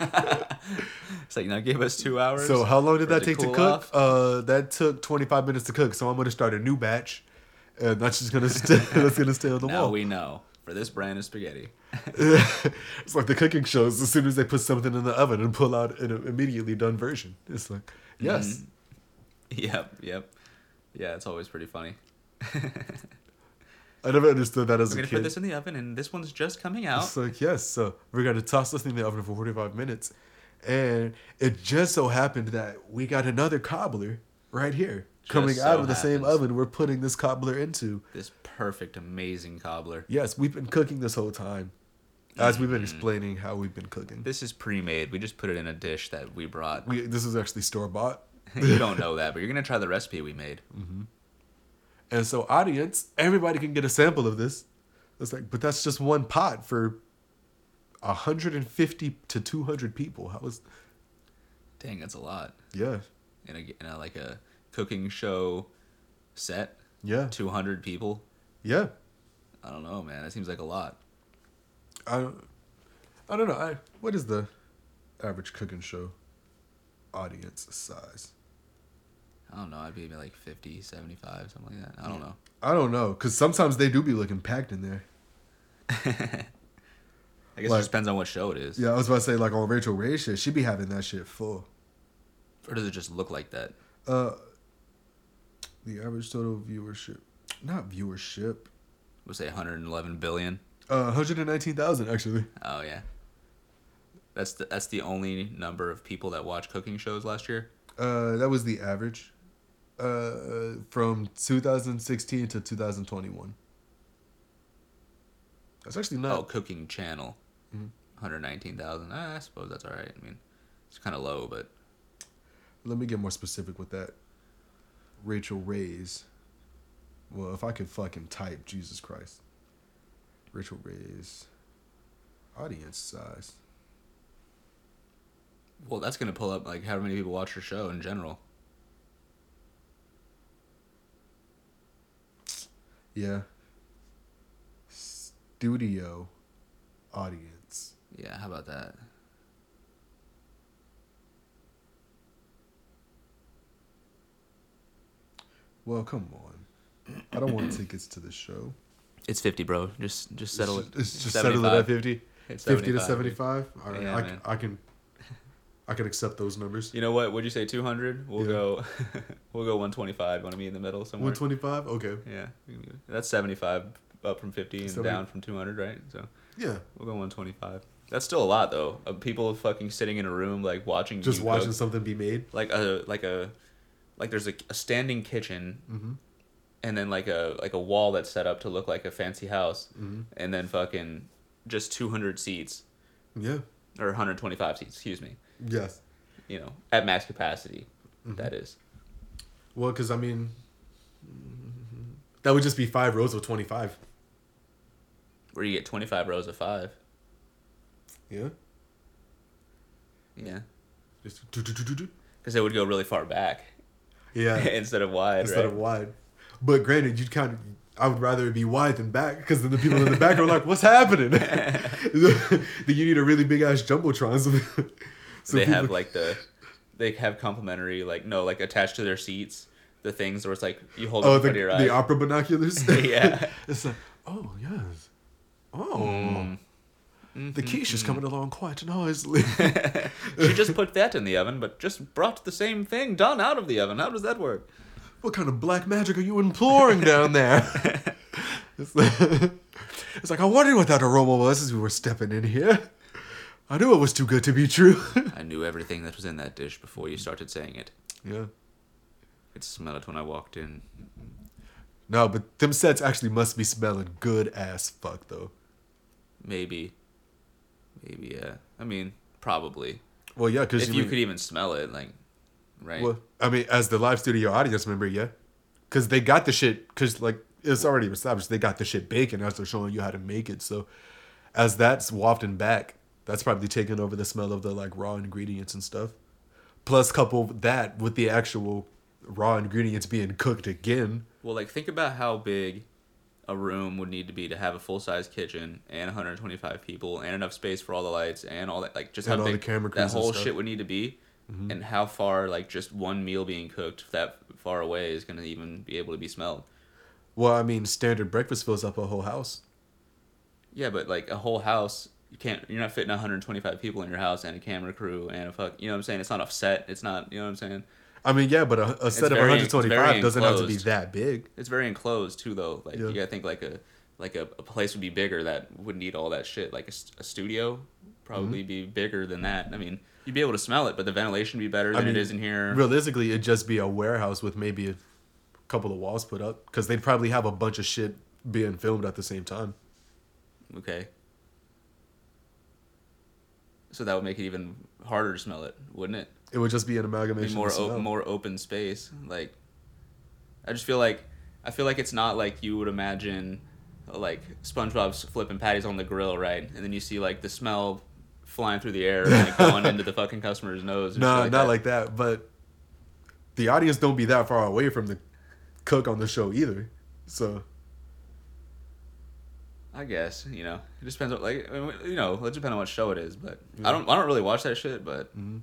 B: it's like now give us two hours.
A: So how long did
B: for it
A: that take
B: cool
A: to cook?
B: off.
A: Uh, that took 25 minutes to cook. So I'm gonna start a new batch, and that's just gonna stay, that's gonna stay on the
B: now
A: wall.
B: we know for this brand of spaghetti.
A: it's like the cooking shows. As soon as they put something in the oven and pull out an immediately done version, it's like yes.
B: Mm-hmm. Yep, yep, yeah. It's always pretty funny.
A: I never understood that as
B: We're
A: a
B: gonna put
A: kid.
B: this in the oven, and this one's just coming out.
A: It's like yes. So we're gonna toss this thing in the oven for 45 minutes, and it just so happened that we got another cobbler right here coming
B: so
A: out of the same
B: happens.
A: oven we're putting this cobbler into.
B: This perfect, amazing cobbler.
A: Yes, we've been cooking this whole time. As we've been explaining how we've been cooking.
B: This is pre-made. We just put it in a dish that we brought.
A: We, this was actually store bought.
B: you don't know that, but you're gonna try the recipe we made.
A: And so, audience, everybody can get a sample of this. It's like, but that's just one pot for 150 to 200 people. How was,
B: Dang, that's a lot
A: yeah,
B: in a, in a like a cooking show set.
A: yeah,
B: Two hundred people.
A: yeah.
B: I don't know, man. That seems like a lot.
A: I don't, I don't know. I, what is the average cooking show audience size?
B: I don't know. I'd be like 50, 75, something like that. I don't know.
A: I don't know, because sometimes they do be looking packed in there.
B: I guess it
A: Like-
B: just depends on what show it is.
A: Yeah, I was about to say, like on Rachel Ray shit, she be having that shit full.
B: Or does it just look like that?
A: Uh, the average total viewership, not viewership,
B: We'll say 111 billion.
A: uh, 119,000 actually.
B: Oh, yeah. That's the, that's the only number of people that watch cooking shows last year.
A: Uh, that was the average. Uh, from 2016 to 2021. That's actually
B: Oh,
A: not.
B: Cooking Channel. 119,000. Ah, I suppose that's all right. I mean, it's kind of low, but
A: Let me get more specific with that. Rachel Ray's. Well, if I could fucking type, Jesus Christ. Rachel Ray's audience size.
B: well, that's going to pull up like how many people watch her show in general.
A: Yeah. Studio audience.
B: Yeah, how about that?
A: Well, come on. I don't want tickets to the show.
B: It's 50, bro. Just just settle it.
A: It's just settle it at 50.
B: It's
A: 50 to
B: 75.
A: 75? All right.
B: Yeah,
A: I,
B: man.
A: can, I can I can accept those numbers.
B: You know what? Would you say 200? We'll
A: Yeah.
B: go we'll go 125. Want to be in the middle somewhere?
A: 125? Okay.
B: Yeah. we can do- That's 75 up from 50 and
A: 70.
B: down from 200, right? So
A: Yeah.
B: we'll go 125. That's still a lot though. Of people fucking sitting in a room like watching
A: Just
B: you
A: watching
B: cook.
A: something be made.
B: like a like a like there's a, a standing kitchen.
A: Mm-hmm.
B: And then like a like a wall that's set up to look like a fancy house,
A: Mm-hmm.
B: and then fucking just two hundred seats
A: Yeah.
B: or one hundred twenty five seats, excuse me,
A: Yes.
B: you know, at max capacity,
A: Mm-hmm.
B: that is.
A: Well, because I mean, that would just be five rows of 25.
B: where you get 25 rows of five.
A: Yeah.
B: Yeah.
A: Just do, do, do, do, do.
B: Because it would go really far back
A: Yeah.
B: instead of wide. right?
A: instead of wide. But granted, you'd kind of. I would rather it be wide than back because then the people in the back are like, "What's happening?" then you need a really big ass jumbotron. So, so
B: they have
A: people-
B: like the, they have complimentary, like, no, like attached to their seats, the things where it's like you hold it in
A: oh the,
B: front of your eyes.
A: the opera binoculars.
B: Yeah.
A: it's like oh yes, oh
B: Mm. Mm-hmm.
A: the quiche is coming along quite nicely.
B: she just put that in the oven, but just brought the same thing done out of the oven. How does that work?
A: what kind of black magic are you imploring down there? it's, like, it's like I wondered what that aroma was as we were stepping in here. I knew it was too good to be true.
B: I knew everything that was in that dish before you started saying it.
A: yeah.
B: I could smell it when I walked in.
A: No, but them sets actually must be smelling good ass fuck though.
B: Maybe. Maybe, yeah. I mean, probably.
A: Well, yeah, because
B: if you could even smell it, like right?
A: Well, I mean, as the live studio audience member, yeah, because they got the shit. Because like it's already established, they got the shit baking as they're showing you how to make it. So, as that's wafting back, that's probably taking over the smell of the like raw ingredients and stuff. Plus, couple that with the actual raw ingredients being cooked again.
B: Well, like think about how big a room would need to be to have a full size kitchen and 125 people and enough space for all the lights and all that. Like just
A: And
B: how
A: all the
B: big
A: camera
B: that
A: crews and
B: whole
A: stuff. Mm-hmm.
B: shit would need to be, and how far like just one meal being cooked that far away is gonna even be able to be smelled.
A: Well, I mean, standard breakfast fills up a whole house.
B: Yeah, but like a whole house, you can't. You're not fitting 125 people in your house and a camera crew and a fuck. You know what I'm saying? It's not a set. It's not. You know what I'm saying?
A: I mean, yeah, but a, a set of
B: very-
A: 125
B: very
A: doesn't have to be
B: enclosed.
A: that big.
B: It's very enclosed too, though. Like
A: Yeah.
B: you gotta think like a like a, a place would be bigger that would need all that shit. Like a, st- a studio probably
A: Mm-hmm.
B: be bigger than that. I mean, you'd be able to smell it, but the ventilation would be better than
A: mean,
B: it is in here.
A: Realistically, it'd just be a warehouse with maybe a couple of walls put up because they'd probably have a bunch of shit being filmed at the same time.
B: Okay. So that would make it even harder to smell it, wouldn't it?
A: It would just be an
B: I mean,
A: amalgamation.
B: more
A: of smell.
B: o- more open space. Like, I just feel like I feel like it's not like you would imagine, like SpongeBob's flipping patties on the grill, right? And then you see like the smell flying through the air and like, going into the fucking customer's nose. and
A: No,
B: shit
A: not
B: that.
A: like that. But the audience don't be that far away from the cook on the show either. So
B: I guess you know it just depends on like I mean, you know it depends on what show it is, but I don't I don't really watch that shit, but
A: Mm-hmm.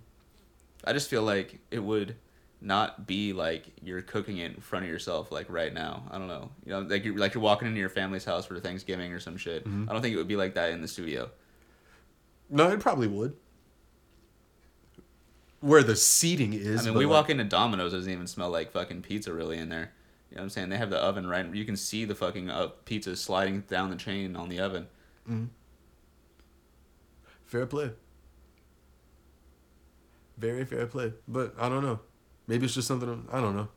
B: I just feel like it would not be like you're cooking it in front of yourself like right now. I don't know, you know like you're like you're walking into your family's house for Thanksgiving or some shit.
A: Mm-hmm.
B: I don't think it would be like that in the studio.
A: no, it probably would. Where the seating is.
B: I mean,
A: but,
B: we
A: like,
B: walk into Domino's it doesn't even smell like fucking pizza really in there. You know what I'm saying? They have the oven right. You can see the fucking uh, pizza sliding down the chain on the oven.
A: Fair play. Very fair play. But I don't know. Maybe it's just something I'm- I don't know.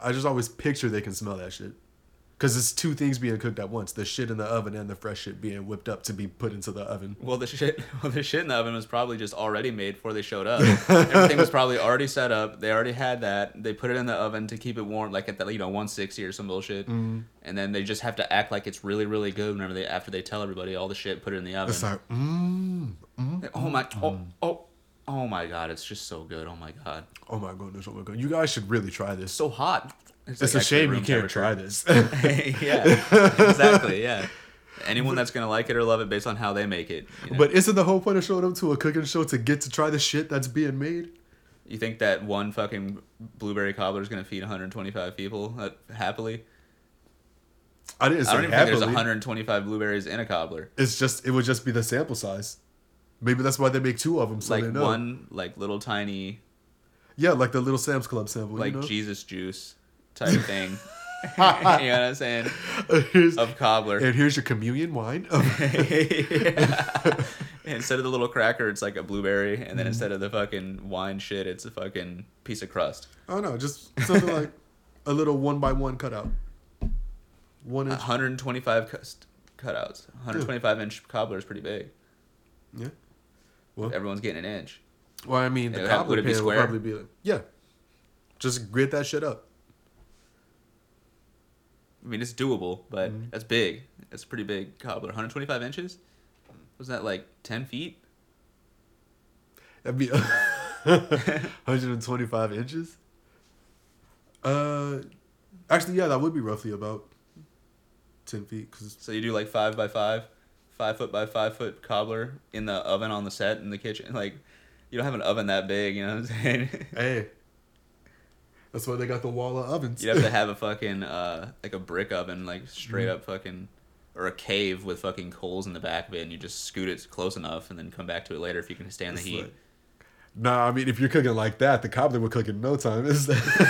A: I just always picture they can smell that shit. Cause it's two things being cooked at once: the shit in the oven and the fresh shit being whipped up to be put into the oven.
B: Well, the shit, well, the shit in the oven was probably just already made before they showed up. Everything was probably already set up. They already had that. They put it in the oven to keep it warm, like at the you know 160 or some bullshit.
A: Mm-hmm.
B: And then they just have to act like it's really, really good. Whenever they after they tell everybody all the shit, put it in the oven.
A: It's like, mmm, mm,
B: oh my, oh, oh, oh my god, it's just so good. Oh my god,
A: oh my goodness, oh my god! You guys should really try this.
B: so hot.
A: It's
B: like
A: a
B: actually
A: shame you
B: room
A: can't
B: temperature.
A: try this.
B: yeah, exactly. Yeah, anyone that's gonna like it or love it based on how they make it. you know?
A: but isn't the whole point of showing up to a cooking show to get to try the shit that's being made?
B: You think that one fucking blueberry cobbler is going to feed 125 people uh, happily?
A: I didn't say
B: I don't even think there's
A: happily.
B: 125 blueberries in a cobbler.
A: It's just it would just be the sample size. Maybe that's why they make two of them so
B: like
A: they know.
B: one, like little tiny,
A: Yeah, like the little Sam's Club sample.
B: like
A: you know?
B: Jesus juice type thing. you know what I'm saying?
A: Here's-
B: Of cobbler.
A: and here's your communion wine.
B: Yeah. Instead of the little cracker, it's like a blueberry, and
A: Mm-hmm.
B: then instead of the fucking wine shit, it's a fucking piece of crust.
A: oh no, just something like a little one by one cutout. One
B: Uh-huh.
A: inch.
B: 125 cust- cutouts. 125 inch cobbler is pretty big.
A: Yeah.
B: Everyone's getting an inch.
A: Well, I mean,
B: It
A: the
B: would have- would
A: cobbler
B: it be
A: pan would
B: square?
A: probably be like, yeah. Just grit that shit up.
B: I mean, it's doable, but
A: Mm-hmm.
B: that's big. That's a pretty big cobbler. 125 inches? Was that like 10 feet?
A: That'd be 125 inches. Uh, actually, yeah, that would be roughly about 10 feet. Cause
B: So you do like five by five, five foot by five foot cobbler in the oven on the set in the kitchen. Like, you don't have an oven that big, you know what I'm saying?
A: hey, that's why they got the wall of ovens.
B: You'd have to have a fucking, uh, like a brick oven, like straight
A: Mm-hmm.
B: up fucking, or a cave with fucking coals in the back of it, and you just scoot it close enough and then come back to it later if you can stand the
A: It's
B: heat.
A: like- Nah, I mean, if you're cooking like that, the cobbler would cook in no time. It's, it's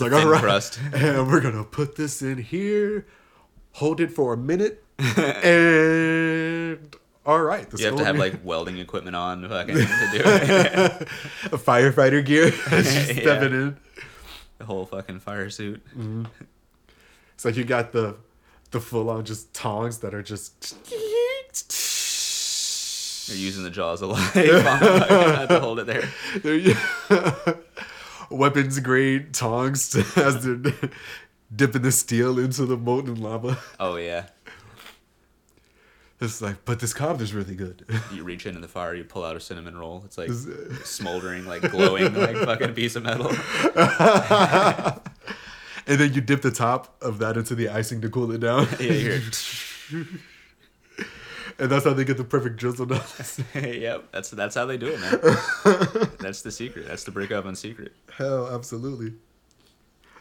A: like, all right,
B: crust.
A: and we're gonna put this in here, hold it for a minute, and all right, this
B: You have to
A: gonna
B: have
A: be-
B: like welding equipment on fucking to do it.
A: a firefighter gear, just
B: Yeah.
A: stepping in.
B: the whole fucking fire suit.
A: It's like you got the the full on just tongs that are just
B: They're using the jaws alive. I have to hold it there.
A: Weapons grade tongs to- as they're dipping the steel into the molten lava.
B: Oh yeah.
A: It's like, but this cobbler's really good.
B: You reach into the fire, you pull out a cinnamon roll. It's like smoldering, like glowing, like fucking piece of metal.
A: And then you dip the top of that into the icing to cool it down.
B: Yeah, you
A: and that's how they get the perfect drizzle down.
B: hear- yep. That's that's how they do it, man. That's the secret. That's the brick oven secret.
A: Hell, absolutely.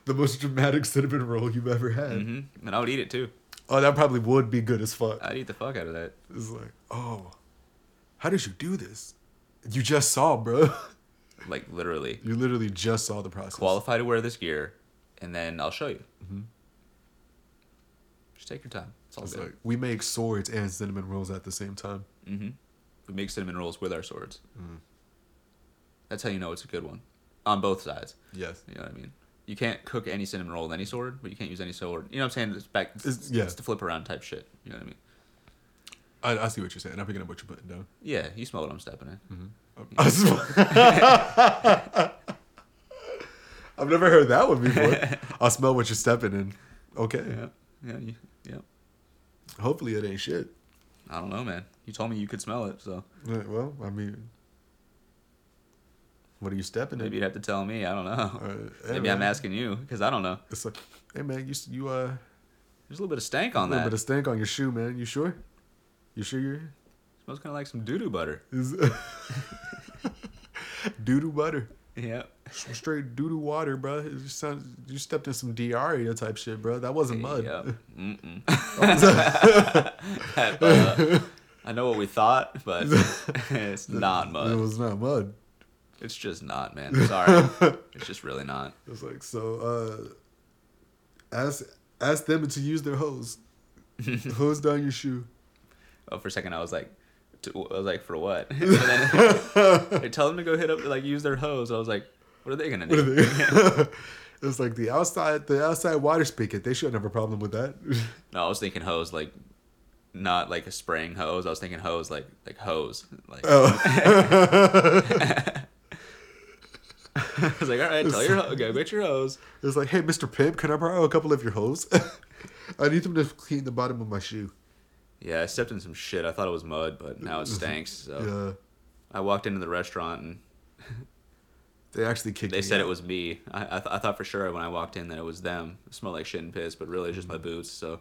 A: The most dramatic cinnamon roll you've ever had.
B: hmm And I would eat it too.
A: Oh, that probably would be good as fuck.
B: I'd eat the fuck out of that.
A: It's like, oh, how did you do this? You just saw, bro.
B: Like literally,
A: You literally just saw the process.
B: qualify to wear this gear, and then I'll show you. Just take your time. It's all
A: It's
B: good.
A: like, we make swords and cinnamon rolls at the same time.
B: We make cinnamon rolls with our swords.
A: Mm.
B: That's how you know it's a good one, on both sides.
A: Yes.
B: You know what I mean? You can't cook any cinnamon roll with any sword, but you can't use any sword. You know what I'm saying? It's back. It's,
A: It's- yeah.
B: it's the flip around type shit. You know what I mean?
A: I, I see what you're saying. I'm picking up what you're putting down.
B: Yeah, you smell what I'm stepping in.
A: Mm-hmm. I've never heard that one before. I smell what you're stepping in. Okay.
B: Yeah, yeah, you, yeah.
A: Hopefully it ain't shit.
B: I don't know, man. You told me you could smell it, so
A: Yeah, Well, I mean, what are you stepping
B: maybe
A: in?
B: you'd have to tell me. I don't know.
A: Uh, hey,
B: maybe I'm
A: man.
B: asking you because I don't know.
A: It's like, hey man, you s- you uh,
B: There's a little bit of stank on
A: a little
B: that.
A: bit of stink on your shoe, man. You sure? You sure you're?
B: smells kind of like some doo doo butter.
A: Is doo doo butter.
B: Yeah.
A: Some straight doo doo water, bro. It just sounds, you stepped in some diarrhea type shit, bro. That wasn't mud.
B: Yep. Mm-mm. That, uh, I know what we thought, but it's not
A: It
B: mud.
A: was not mud.
B: It's just not, man. Sorry. It's just really not.
A: It's like so. uh Ask ask them to use their hose. hose down your shoe.
B: Oh, for a second, I was like, to, I was like, for what? And then I tell them to go hit up, like, use their hose. I was like, what are they gonna do?
A: What are they? it's like the outside the outside water spigot. They shouldn't have a problem with that.
B: No, I was thinking hose, like, not like a spraying hose. I was thinking hose, like, like hose. Like,
A: Oh.
B: I was like, all right, tell your ho- go get your hose.
A: it's like, hey, Mister Pimp, can I borrow a couple of your hose? I need them to clean the bottom of my shoe.
B: Yeah, I stepped in some shit. I thought it was mud, but now it stinks. So
A: Yeah,
B: I walked into the restaurant and
A: they actually kicked.
B: they
A: me
B: said
A: out.
B: it was me. I, I, th- I thought for sure when I walked in that it was them. It smelled like shit and piss, but really it's just my boots. So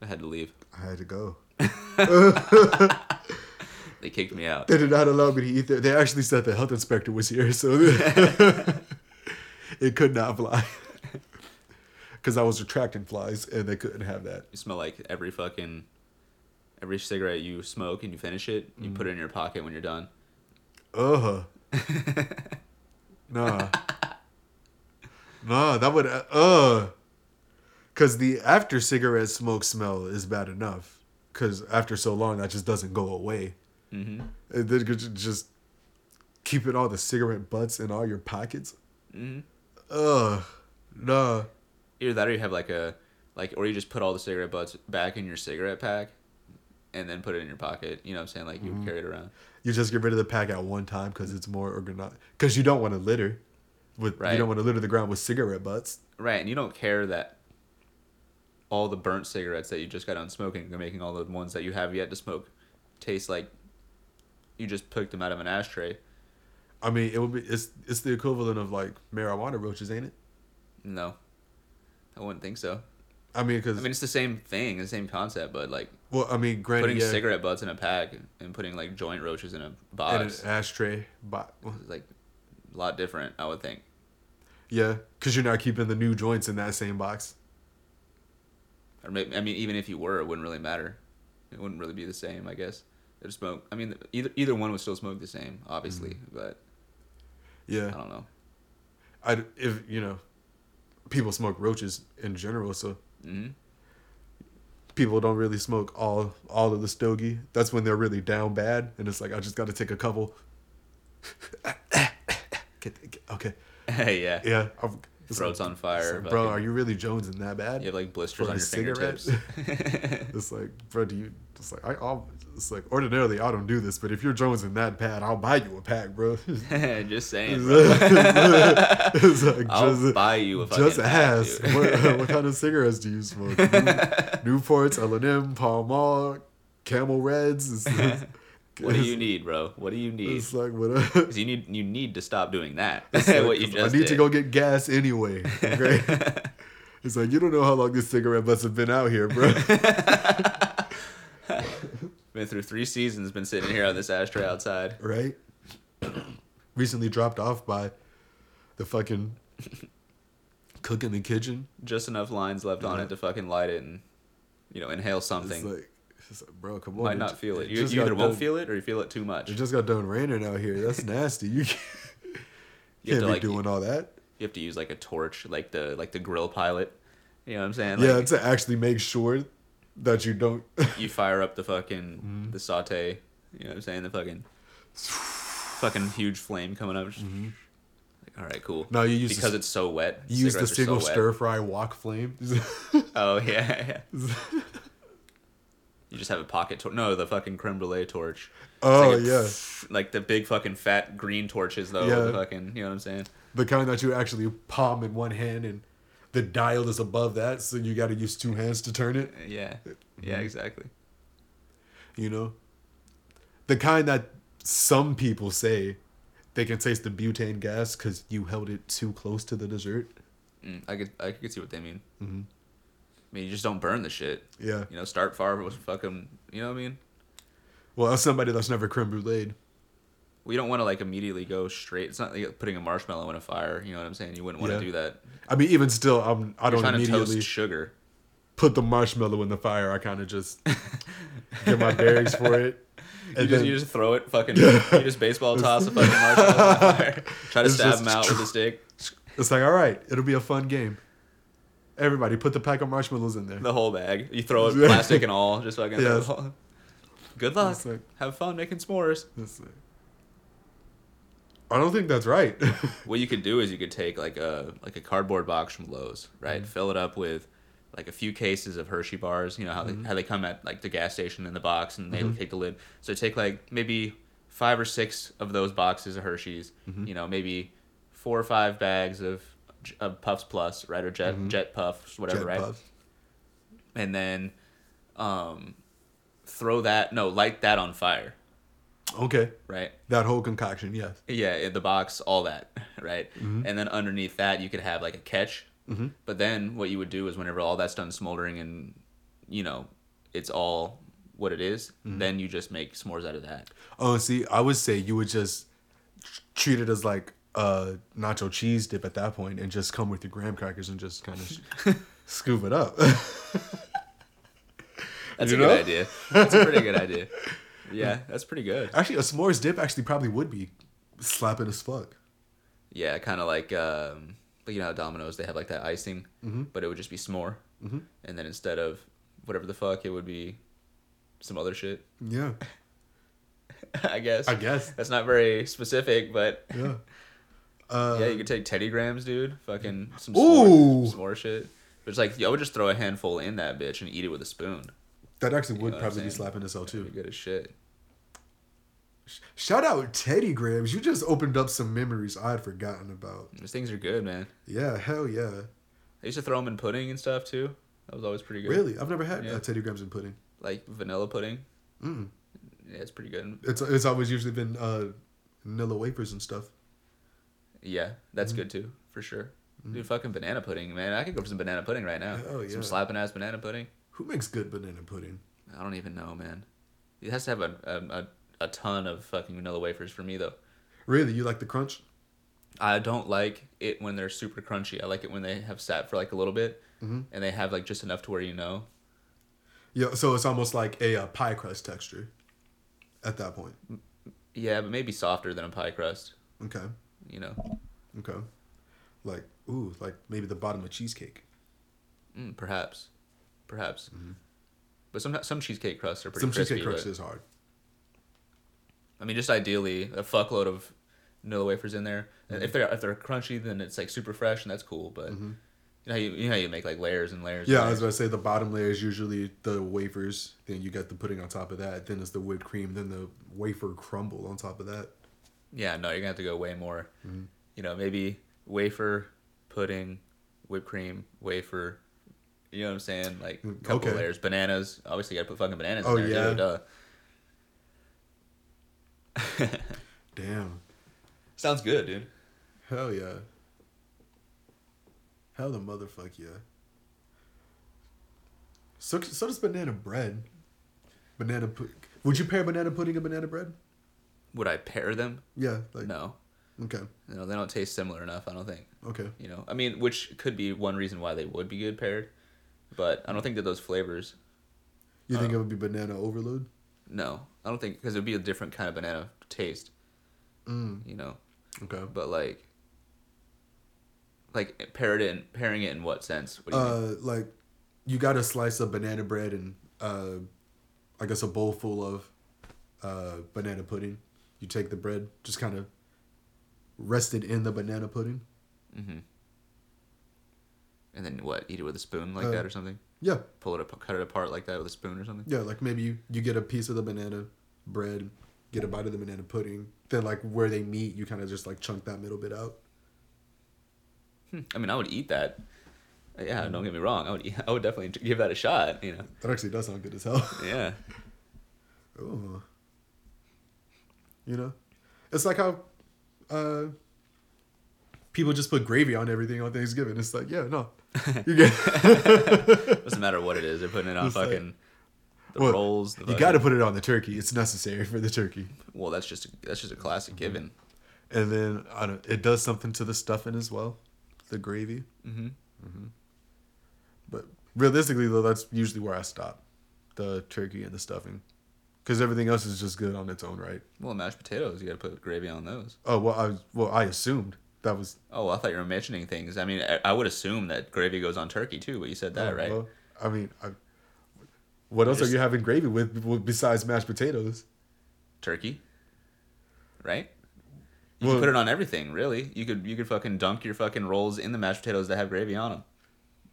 B: I had to leave.
A: I had to go.
B: They kicked me out.
A: They did not allow me to eat there. They actually said the health inspector was here, so it could not fly. Because I was attracting flies, and they couldn't have that.
B: You smell like every fucking every cigarette you smoke and you finish it. You put it in your pocket when you're done.
A: Ugh. Uh-huh. nah. Nah, that would uh. uh. Cause the after cigarette smoke smell is bad enough. Cause after so long, that just doesn't go away.
B: Mm-hmm.
A: And then could ju- just keeping all the cigarette butts in all your pockets.
B: Mhm.
A: Ugh. Nah.
B: Either that or you have like a like or you just put all the cigarette butts back in your cigarette pack and then put it in your pocket. You know what I'm saying? Like you would carry it around.
A: You just get rid of the pack at one time because it's more organized. Because you don't want to litter. With
B: Right.
A: you don't want to litter the ground with cigarette butts.
B: Right, and you don't care that all the burnt cigarettes that you just got on smoking are making all the ones that you have yet to smoke taste like you just picked them out of an ashtray.
A: I mean, it would be it's it's the equivalent of like marijuana roaches, ain't it?
B: No. I wouldn't think so.
A: I mean, because
B: I mean, it's the same thing, the same concept, but like
A: well, I mean, granted,
B: putting
A: yeah,
B: cigarette butts in a pack and putting like joint roaches in a
A: and uh,
B: box
A: an ashtray, but
B: is like a lot different, I would think.
A: yeah, because you're not keeping the new joints in that same box.
B: Or maybe, I mean, even if you were, it wouldn't really matter. It wouldn't really be the same, I guess. It'd smoke. I mean, either either one would still smoke the same, obviously,
A: Mm.
B: but I
A: Yeah,
B: don't know.
A: I if you know, people smoke roaches in general, so
B: hmm
A: people don't really smoke all all of the stogie. That's when they're really down bad, and it's like I just got to take a couple. Get- get- okay,
B: yeah.
A: yeah, I'm,
B: throat's on fire.
A: It's like, bro,
B: fucking-
A: are you really Jonesing that bad?
B: You have like blisters
A: for
B: on
A: a
B: your
A: cigarette?
B: fingertips.
A: It's like, bro, do you? It's like I, I'll. It's like ordinarily I don't do this, but if you're Jonesing that bad, I'll buy you a pack, bro.
B: just saying. Bro.
A: it's like,
B: I'll
A: just,
B: buy you if
A: just
B: I can have
A: ask
B: to.
A: what, what kind of cigarettes do you smoke? New, Newports, L and M, Pall Mall, Camel Reds. It's, it's,
B: What do you need, bro? What do you need?
A: It's like what.
B: 'Cause you need you need to stop doing that.
A: It's
B: what
A: like,
B: you
A: I
B: just
A: need to
B: did.
A: go get gas anyway. Okay. it's like you don't know how long this cigarette must have been out here, bro.
B: Been through three seasons. Been sitting here on this ashtray outside.
A: right? Recently dropped off by the fucking cook in the kitchen.
B: Just enough lines left on it to fucking light it and you know inhale
A: It's
B: something.
A: like, it's like, bro, come on.
B: Might
A: it
B: not
A: ju-
B: feel it. You,
A: just
B: you
A: got
B: either won't
A: done-
B: feel it or you feel it too much.
A: It just got done raining out here. That's nasty. You can't,
B: You have
A: can't
B: to
A: be
B: like
A: doing all that.
B: you have to use like a torch, like the like the grill pilot. You know what I'm saying? Like,
A: yeah, to actually make sure that you don't.
B: you fire up the fucking
A: Mm-hmm.
B: the saute. You know what I'm saying? The fucking fucking huge flame coming up. Just- Like, all right, cool.
A: Mm-hmm. No, you use the
B: because
A: s-
B: it's so wet.
A: Use the
B: cigarettes are so
A: single
B: wet.
A: stir fry wok flame.
B: Oh yeah. yeah. you just have a pocket torch. No, the fucking creme brulee torch. It's
A: Oh,
B: a-
A: yeah.
B: like the big fucking fat green torches though.
A: Yeah.
B: The fucking, you know what I'm saying?
A: the kind that you actually palm in one hand and the dial is above that, so you got to use two hands to turn it.
B: Yeah. Yeah,
A: Mm-hmm.
B: exactly.
A: You know, the kind that some people say they can taste the butane gas because you held it too close to the dessert.
B: Mm, I could I could see what they mean. Mm-hmm. I mean, you just don't burn the shit.
A: Yeah.
B: You know, start far was fucking. You know what I mean?
A: Well, as somebody that's never creme brulee,
B: We don't want to like immediately go straight. It's not like putting a marshmallow in a fire. You know what I'm saying? You wouldn't want to
A: Yeah.
B: do that.
A: I mean, even still, I'm I
B: You're
A: don't
B: trying to
A: immediately
B: toast sugar.
A: put the marshmallow in the fire. I kind of just get my bearings for it.
B: You
A: And
B: just,
A: then,
B: you just throw it fucking. you just baseball toss a fucking marshmallow in the fire. Try to
A: It's
B: stab
A: just-
B: him out with a stick.
A: it's like, all right, it'll be a fun game. Everybody, put the pack of marshmallows in there.
B: The whole bag. You throw it plastic and all. Just fucking.
A: Yes.
B: Good luck.
A: It's like-
B: Have fun making s'mores.
A: It's like- I don't think that's right.
B: What you could do is you could take like a like a cardboard box from Lowe's,
A: Mm-hmm.
B: right? Fill it up with like a few cases of Hershey bars. You know how
A: Mm-hmm.
B: they how they come at like the gas station in the box, and they take the lid. So take like maybe five or six of those boxes of Hershey's.
A: Mm-hmm.
B: You know, maybe four or five bags of, J- of Puffs Plus, right, or Jet Jet Puffs, whatever,
A: Mm-hmm. Jet
B: right?
A: puffs.
B: And then um, throw that no light that on fire,
A: Okay.
B: right?
A: That whole concoction, yes.
B: Yeah, in the box, all that, right?
A: Mm-hmm.
B: And then underneath that, you could have like a catch. Mm-hmm. But then what you would do is whenever all that's done smoldering and, you know, it's all what it is,
A: Mm-hmm.
B: then you just make s'mores out of that.
A: Oh, see, I would say you would just tr- treat it as like a nacho cheese dip at that point and just come with your graham crackers and just kind of scoop it up.
B: That's
A: You
B: a good
A: know?
B: idea. That's a pretty good idea. Yeah, that's pretty good.
A: actually, a s'mores dip actually probably would be slapping as fuck.
B: Yeah, kind of like, um, like, you know, how Domino's, they have like that icing, but it would just be s'more. Mm-hmm. And then instead of whatever the fuck, it would be some other shit,
A: Yeah.
B: I guess.
A: I guess.
B: That's not very specific, but
A: Yeah. Uh,
B: Yeah, you could take Teddy Grahams, dude. Fucking some
A: Ooh.
B: s'more, some s'more shit. But it's like, yo, I would just throw a handful in that bitch and eat it with a spoon.
A: That actually would
B: know what I'm
A: probably be
B: saying?
A: slapping as hell too.
B: Pretty good as shit.
A: Shout out Teddy Grahams. You just opened up some memories I had forgotten about.
B: Those things are good, man.
A: Yeah, hell yeah.
B: I used to throw them in pudding and stuff too. That was always pretty good.
A: Really? I've never had
B: Yeah.
A: uh, Teddy Grahams and pudding.
B: Like vanilla pudding. Mm. Yeah, it's pretty good.
A: It's it's always usually been uh, vanilla wafers and stuff.
B: Yeah, that's
A: Mm-hmm.
B: good too, for sure. Dude, fucking banana pudding, man. I could go for some banana pudding right now.
A: Oh, Mm. yeah.
B: Some slapping ass banana pudding.
A: Who makes good banana pudding?
B: I don't even know, man. It has to have a, a, a, a ton of fucking vanilla wafers for me, though.
A: Really, you like the crunch?
B: I don't like it when they're super crunchy. I like it when they have sat for like a little bit
A: Mm-hmm.
B: and they have like just enough to where you know.
A: Yeah, so it's almost like a uh, pie crust texture at that point.
B: Yeah, but maybe softer than a pie crust,
A: Okay,
B: you know.
A: okay. Like ooh, like maybe the bottom of cheesecake.
B: Mm, perhaps. Perhaps. But some some cheesecake crusts are pretty
A: Mm-hmm. Some
B: crispy.
A: cheesecake crust
B: but-
A: is hard.
B: I mean just ideally a fuckload of vanilla wafers in there.
A: Mm-hmm.
B: And if they're if they're crunchy, then it's like super fresh, and that's cool. But you know how you, you know how you make like layers and layers. and
A: Yeah, I
B: layers?
A: was about to say the bottom layer is usually the wafers. Then you got the pudding on top of that. Then it's the whipped cream. Then the wafer crumble on top of that.
B: yeah. No, you're gonna have to go way more.
A: Mm-hmm.
B: You know, maybe wafer, pudding, whipped cream, wafer. You know what I'm saying? Like a couple
A: Mm, okay.
B: layers, bananas. Obviously, you gotta put fucking bananas
A: Oh,
B: in there.
A: yeah.
B: Duh, duh.
A: Damn.
B: Sounds good, dude.
A: Hell yeah. Hell the motherfuck yeah. So so does banana bread. Banana pu- Would you pair banana pudding and banana bread?
B: Would I pair them?
A: Yeah. Like
B: No.
A: Okay.
B: No, they don't taste similar enough. I don't think.
A: Okay.
B: You know, I mean, which could be one reason why they would be good paired, but I don't think that those flavors.
A: You
B: Uh,
A: think it would be banana overload?
B: No, I don't think because it would be a different kind of banana taste.
A: Mm.
B: You know,
A: Okay.
B: but like, like paired in pairing it in what sense? What do you mean?
A: Uh, like you got a slice of banana bread and uh, I guess a bowl full of uh banana pudding. You take the bread, just kind of rest it in the banana pudding.
B: And then what? Eat it with a spoon like
A: uh,
B: that or something?
A: Yeah,
B: Pull it up, cut it apart like that with a spoon or something?
A: yeah. Like maybe you you get a piece of the banana bread, get a bite of the banana pudding. Then like where they meet, you kind of just like chunk that middle bit out.
B: Hmm, I mean, I would eat that. Uh, Yeah, don't get me wrong. I would, eat, I would definitely give that a shot. You know.
A: That actually does sound good as hell.
B: Yeah.
A: Ooh. You know? It's like how uh people just put gravy on everything on Thanksgiving. It's like, yeah, no. You get
B: Doesn't matter what it is. They're putting it on
A: It's like-
B: fucking the
A: Well,
B: rolls. The
A: You
B: fucking-
A: gotta put it on the turkey. It's necessary for the turkey.
B: Well, that's just a, that's just a classic
A: Mm-hmm.
B: given.
A: And then I don't it does something to the stuffing as well. The gravy. Mm-hmm. But realistically though, that's usually where I stop. The turkey and the stuffing. Because everything else is just good on its own, right?
B: Well, mashed potatoes, you got to put gravy on those.
A: Oh well I well I assumed that was
B: Oh, I thought you were mentioning things. I mean, I, I would assume that gravy goes on turkey too, but you said that,
A: Oh,
B: right?
A: well, I mean, I, what else
B: Just-
A: are you having gravy with b- besides mashed potatoes?
B: turkey, right? You
A: Well-
B: can put it on everything, really. You could you could fucking dunk your fucking rolls in the mashed potatoes that have gravy on them.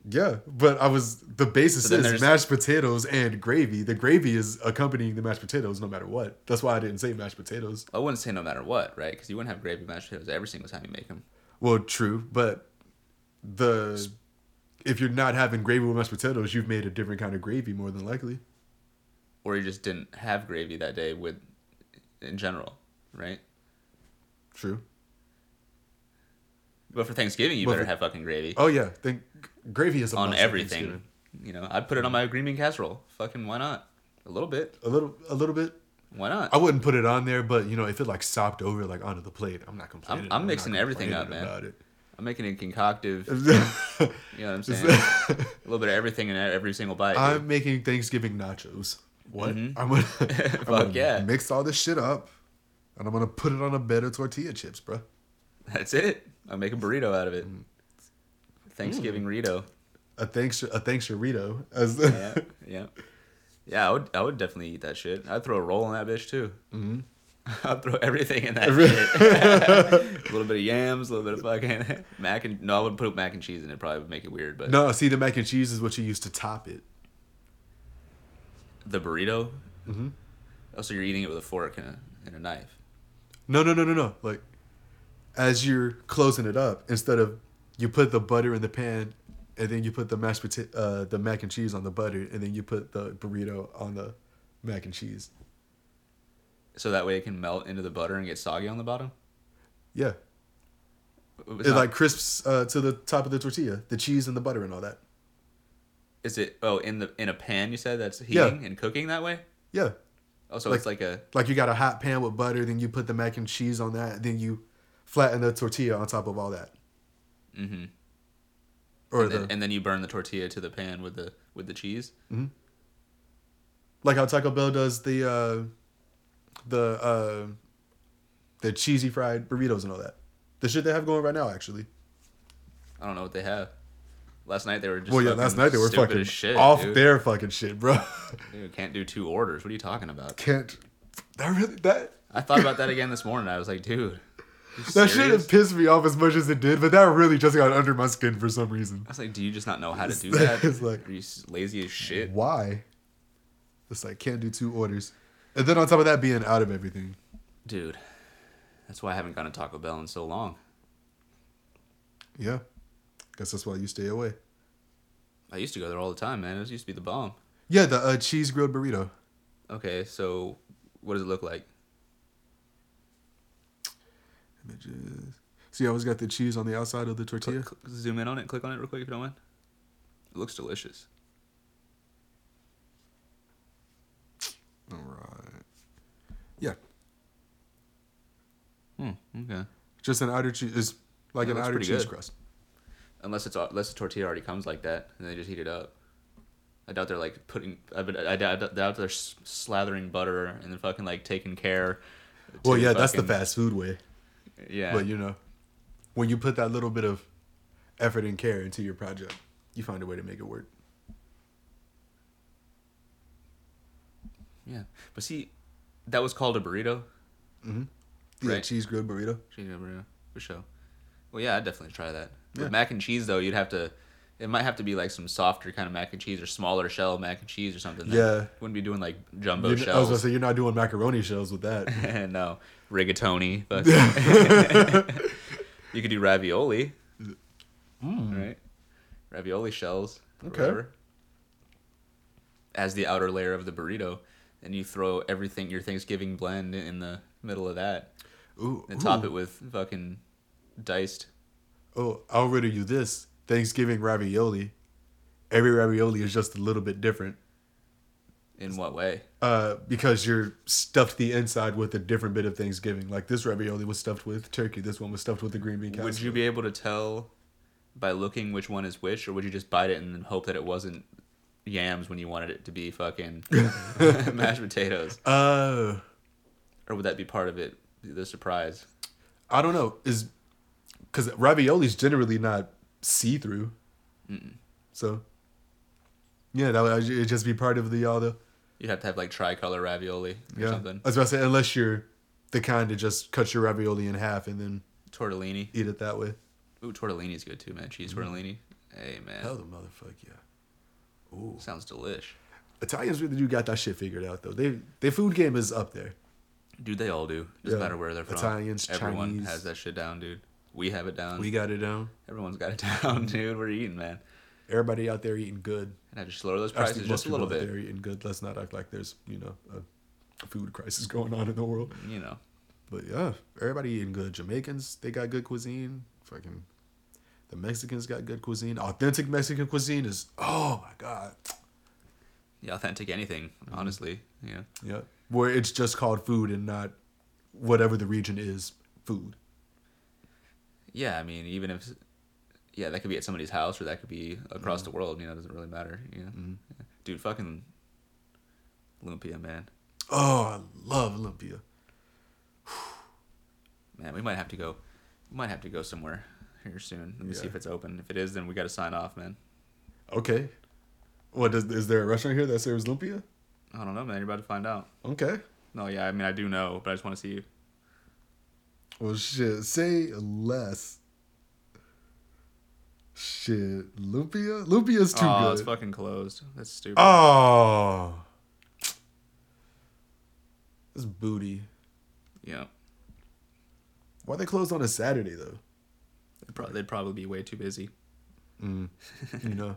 A: Yeah, but I was the basis
B: But then
A: is
B: there's-
A: mashed potatoes and gravy. The gravy is accompanying the mashed potatoes no matter what. That's why I didn't say mashed potatoes.
B: I wouldn't say no matter what, right? Because you wouldn't have gravy mashed potatoes every single time you make them.
A: Well, true, but the if you're not having gravy with mashed potatoes, you've made a different kind of gravy more than likely.
B: Or you just didn't have gravy that day with, in general, right?
A: True.
B: But for Thanksgiving, you
A: Well,
B: better
A: for-
B: have fucking gravy.
A: Oh yeah, think gravy is a
B: on
A: must at
B: everything.
A: Thanksgiving.
B: You know, I'd put it on my green bean casserole. Fucking why not? A little bit.
A: A little, a little bit.
B: Why not?
A: I wouldn't put it on there, but you know, if it like sopped over like onto the plate, I'm not complaining.
B: I'm
A: not
B: mixing everything up,
A: complaining
B: man.
A: about it.
B: I'm making a concoctive. You know what I'm saying? a little bit of everything in e, every single bite. dude.
A: I'm making Thanksgiving nachos. What? I'm gonna, I'm gonna
B: Mm-hmm. yeah.
A: mix all this shit up, and I'm gonna put it on a bed of tortilla chips, bro.
B: That's it. I make a burrito out of it.
A: Mm.
B: Thanksgiving burrito.
A: A thanks, a thanks burrito. As
B: Yeah, yeah, yeah. I would, I would definitely eat that shit. I'd throw a roll in that bitch too. Mm-hmm. I'd throw everything in that shit. a little bit of yams, a little bit of fucking mac and no. I would put mac and cheese in it. Probably would make it weird, but
A: no, see, the mac and cheese is what you use to top it.
B: The burrito. Mm-hmm. Oh, so you're eating it with a fork and a, and a knife.
A: No, no, no, no, no. Like, as you're closing it up, instead of you put the butter in the pan, and then you put the mashed pota- uh, the mac and cheese on the butter, and then you put the burrito on the mac and cheese.
B: So that way it can melt into the butter and get soggy on the bottom.
A: Yeah,
B: It's
A: it
B: not-
A: like crisps uh, to the top of the tortilla, the cheese and the butter and all that.
B: is it? Oh, in the in a pan you said that's
A: Yeah.
B: heating and cooking that way.
A: Yeah,
B: Oh, so it's like a
A: like you got a hot pan with butter, then you put the mac and cheese on that, then you flatten the tortilla on top of all that. Mm-hmm. Or
B: and
A: the
B: then, and then you burn the tortilla to the pan with the with the cheese.
A: like how Taco Bell does the uh, the uh, the cheesy fried burritos and all that. The shit they have going right now, actually.
B: I don't know what they have. Last night they were just
A: well, yeah,
B: fucking
A: last night they were
B: stupid as
A: fucking
B: shit,
A: off
B: dude.
A: their fucking shit, bro.
B: Dude, can't do two orders. What are you talking about?
A: Can't that really that
B: I thought about that again this morning. I was like, dude,
A: That shit
B: serious?
A: has pissed me off as much as it did, but that really just got under my skin for some reason.
B: I was like, do you just not know how to do that?
A: It's like-
B: Are you s- lazy as shit?
A: Why? It's like can't do two orders, and then on top of that, being out of everything.
B: Dude, that's why I haven't gone to Taco Bell in so long.
A: Yeah, guess that's why you stay away.
B: I used to go there all the time, man. It used to be the bomb.
A: Yeah, the uh, cheese grilled burrito.
B: Okay, so what does it look like?
A: Images. See, I always got the cheese on the outside of the tortilla.
B: Click, click- zoom in on it. Click on it real quick if you don't mind. It looks delicious.
A: All right. Yeah,
B: Hmm. Okay.
A: just an outer cheese. It's like
B: That
A: an
B: looks
A: outer
B: pretty
A: cheese
B: good.
A: crust.
B: Unless it's al- unless the tortilla already comes like that, and they just heat it up. I doubt they're like putting. I, bet- I doubt, I doubt they're s- slathering butter and then fucking like taking care. to
A: Well, yeah, that's the
B: fucking-
A: fast food way.
B: Yeah.
A: But you know, when you put that little bit of effort and care into your project, you find a way to make it work.
B: yeah. But see, that was called a burrito.
A: Yeah,
B: Right.
A: cheese grilled burrito.
B: Cheese and burrito for sure. Well, yeah, I'd definitely try that.
A: Yeah.
B: With mac and cheese though, you'd have to. It might have to be like some softer kind of mac and cheese or smaller shell mac and cheese or something. then.
A: Yeah.
B: You wouldn't be doing like jumbo
A: You're- I was
B: shells.
A: gonna say you're not doing macaroni shells with that.
B: no, rigatoni. But you could do ravioli. Right? Ravioli shells. or
A: Mm. Okay.
B: Whatever, as the outer layer of the burrito. And you throw everything, your Thanksgiving blend in the middle of that.
A: Ooh,
B: And top
A: ooh.
B: it with fucking diced.
A: Oh, I'll riddle you this Thanksgiving ravioli. Every ravioli is just a little bit different
B: In what way?
A: uh, because you're stuffed the inside with a different bit of Thanksgiving. Like this ravioli was stuffed with turkey. This one was stuffed with the green bean casserole.
B: Would you be able to tell by looking which one is which, or would you just bite it and then hope that it wasn't yams when you wanted it to be fucking mashed potatoes?
A: Uh,
B: Or would that be part of it, the surprise?
A: I don't know. Is because ravioli's generally not see through. So yeah, that would it'd just be part of the all the
B: You'd have to have like tricolor ravioli or
A: yeah.
B: something.
A: I was about to say unless you're the kind to just cut your ravioli in half and then
B: Tortellini.
A: eat it that way.
B: Ooh, tortellini's good too, man. Cheese tortellini. Hey, man.
A: Mm-hmm. Hell, the motherfucker, yeah. Ooh,
B: Sounds delish.
A: Italians really do got that shit figured out though. They their food game is up there.
B: Dude, they all do. Doesn't
A: Yeah.
B: matter where they're from.
A: Italians,
B: Everyone
A: Chinese.
B: has that shit down, dude. We have it down.
A: We got it down.
B: Everyone's got it down, dude. We're eating, man.
A: Everybody out there eating good.
B: And I just lower those
A: Actually,
B: prices
A: most
B: just a little
A: people out
B: bit.
A: there eating good. Let's not act like there's you know a food crisis going on in the world.
B: You know.
A: But yeah, everybody eating good. Jamaicans, they got good cuisine. Fucking the Mexicans got good cuisine. Authentic Mexican cuisine is oh my god.
B: Yeah, authentic anything,
A: Mm-hmm.
B: honestly. Yeah.
A: Yeah. Where it's just called food and not whatever the region is food.
B: Yeah, I mean, even if, yeah, that could be at somebody's house or that could be
A: Mm.
B: across the world. You know, it doesn't really matter. You know,
A: Mm-hmm.
B: Yeah. dude, fucking lumpia, man.
A: Oh, I love Olympia.
B: Man, we might have to go. We might have to go somewhere here soon. Let me see
A: Yeah.
B: if it's open. If it is, then we got to sign off, man.
A: Okay. What is is there a restaurant here that serves Olympia?
B: I don't know, man. You're about to find out.
A: Okay.
B: No, yeah, I mean, I do know, but I just want to see.
A: Well Oh, shit. Say less. Shit. Lumpia? Lumpia's too
B: oh, it's
A: good.
B: fucking closed. That's stupid.
A: Oh. This booty.
B: Yeah,
A: Why they closed on a Saturday though?
B: they'd, prob- they'd probably be way too busy.
A: You know,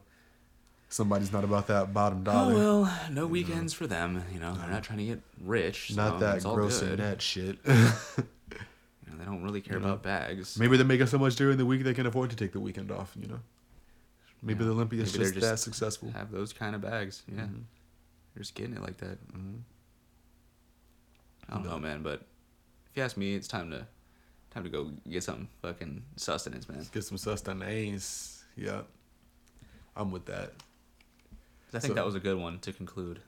A: somebody's not about that bottom dollar.
B: Oh well, no weekends for them. You know, they're not trying to get rich.
A: not
B: so
A: that
B: it's all
A: gross
B: good.
A: and net shit.
B: You know, they don't really care
A: Mm-hmm.
B: about bags.
A: Maybe they're making so much during the week they can afford to take the weekend off. You know. Maybe
B: Yeah.
A: the Olympia's
B: Maybe they're
A: just, that
B: just-
A: successful. Mm-hmm.
B: have those kind of bags. Yeah, you're just getting it like that. Mm-hmm. I don't know, man, but if you ask me, it's time to time to go get some fucking sustenance, man.
A: Get some sustenance. Yeah, I'm with that.
B: 'Cause I think
A: So-
B: that was a good one to conclude.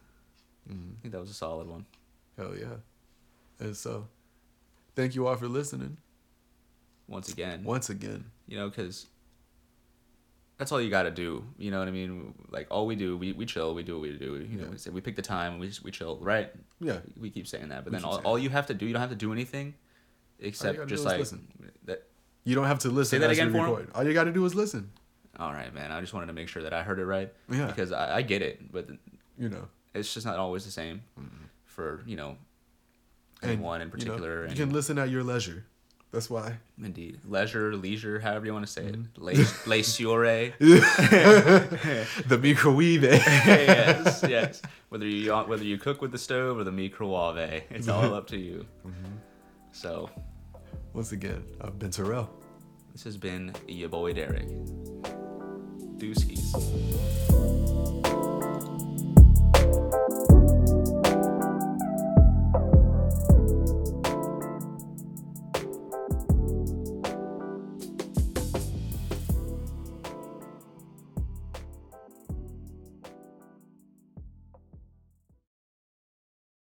A: Mm-hmm.
B: I think that was a solid one.
A: Hell yeah. And so, thank you all for listening
B: Once again,
A: once again.
B: you know, because that's all you got to do. You know what I mean? Like all we do, we, we chill, we do what we do. You know,
A: Yeah.
B: we, say, we pick the time, we just, we chill, right?
A: Yeah.
B: We keep saying that, but
A: We
B: then
A: keep
B: all,
A: saying
B: all you have to do, you don't have to do anything. Except
A: gotta
B: just
A: do is
B: like
A: listen.
B: that.
A: You don't have to listen.
B: that
A: as
B: again
A: we
B: for him.
A: record. All you got to do is listen.
B: All right, man. I just wanted to make sure that I heard it right.
A: Yeah.
B: Because I, I get it, but
A: You know,
B: it's just not always the same for you know
A: And,
B: anyone Mm-hmm. in
A: you know,
B: particular.
A: You,
B: and
A: can listen at your leisure. That's why.
B: Indeed. Leisure, leisure, however you want to say it.
A: Mm-hmm.
B: Lace, leisure.
A: The microwave.
B: yes, yes. Whether you whether you cook with the stove or the microwave, it's all up to you.
A: Mm-hmm.
B: So
A: Once again, I've been Terrell.
B: this has been your boy Derek. Dooskies.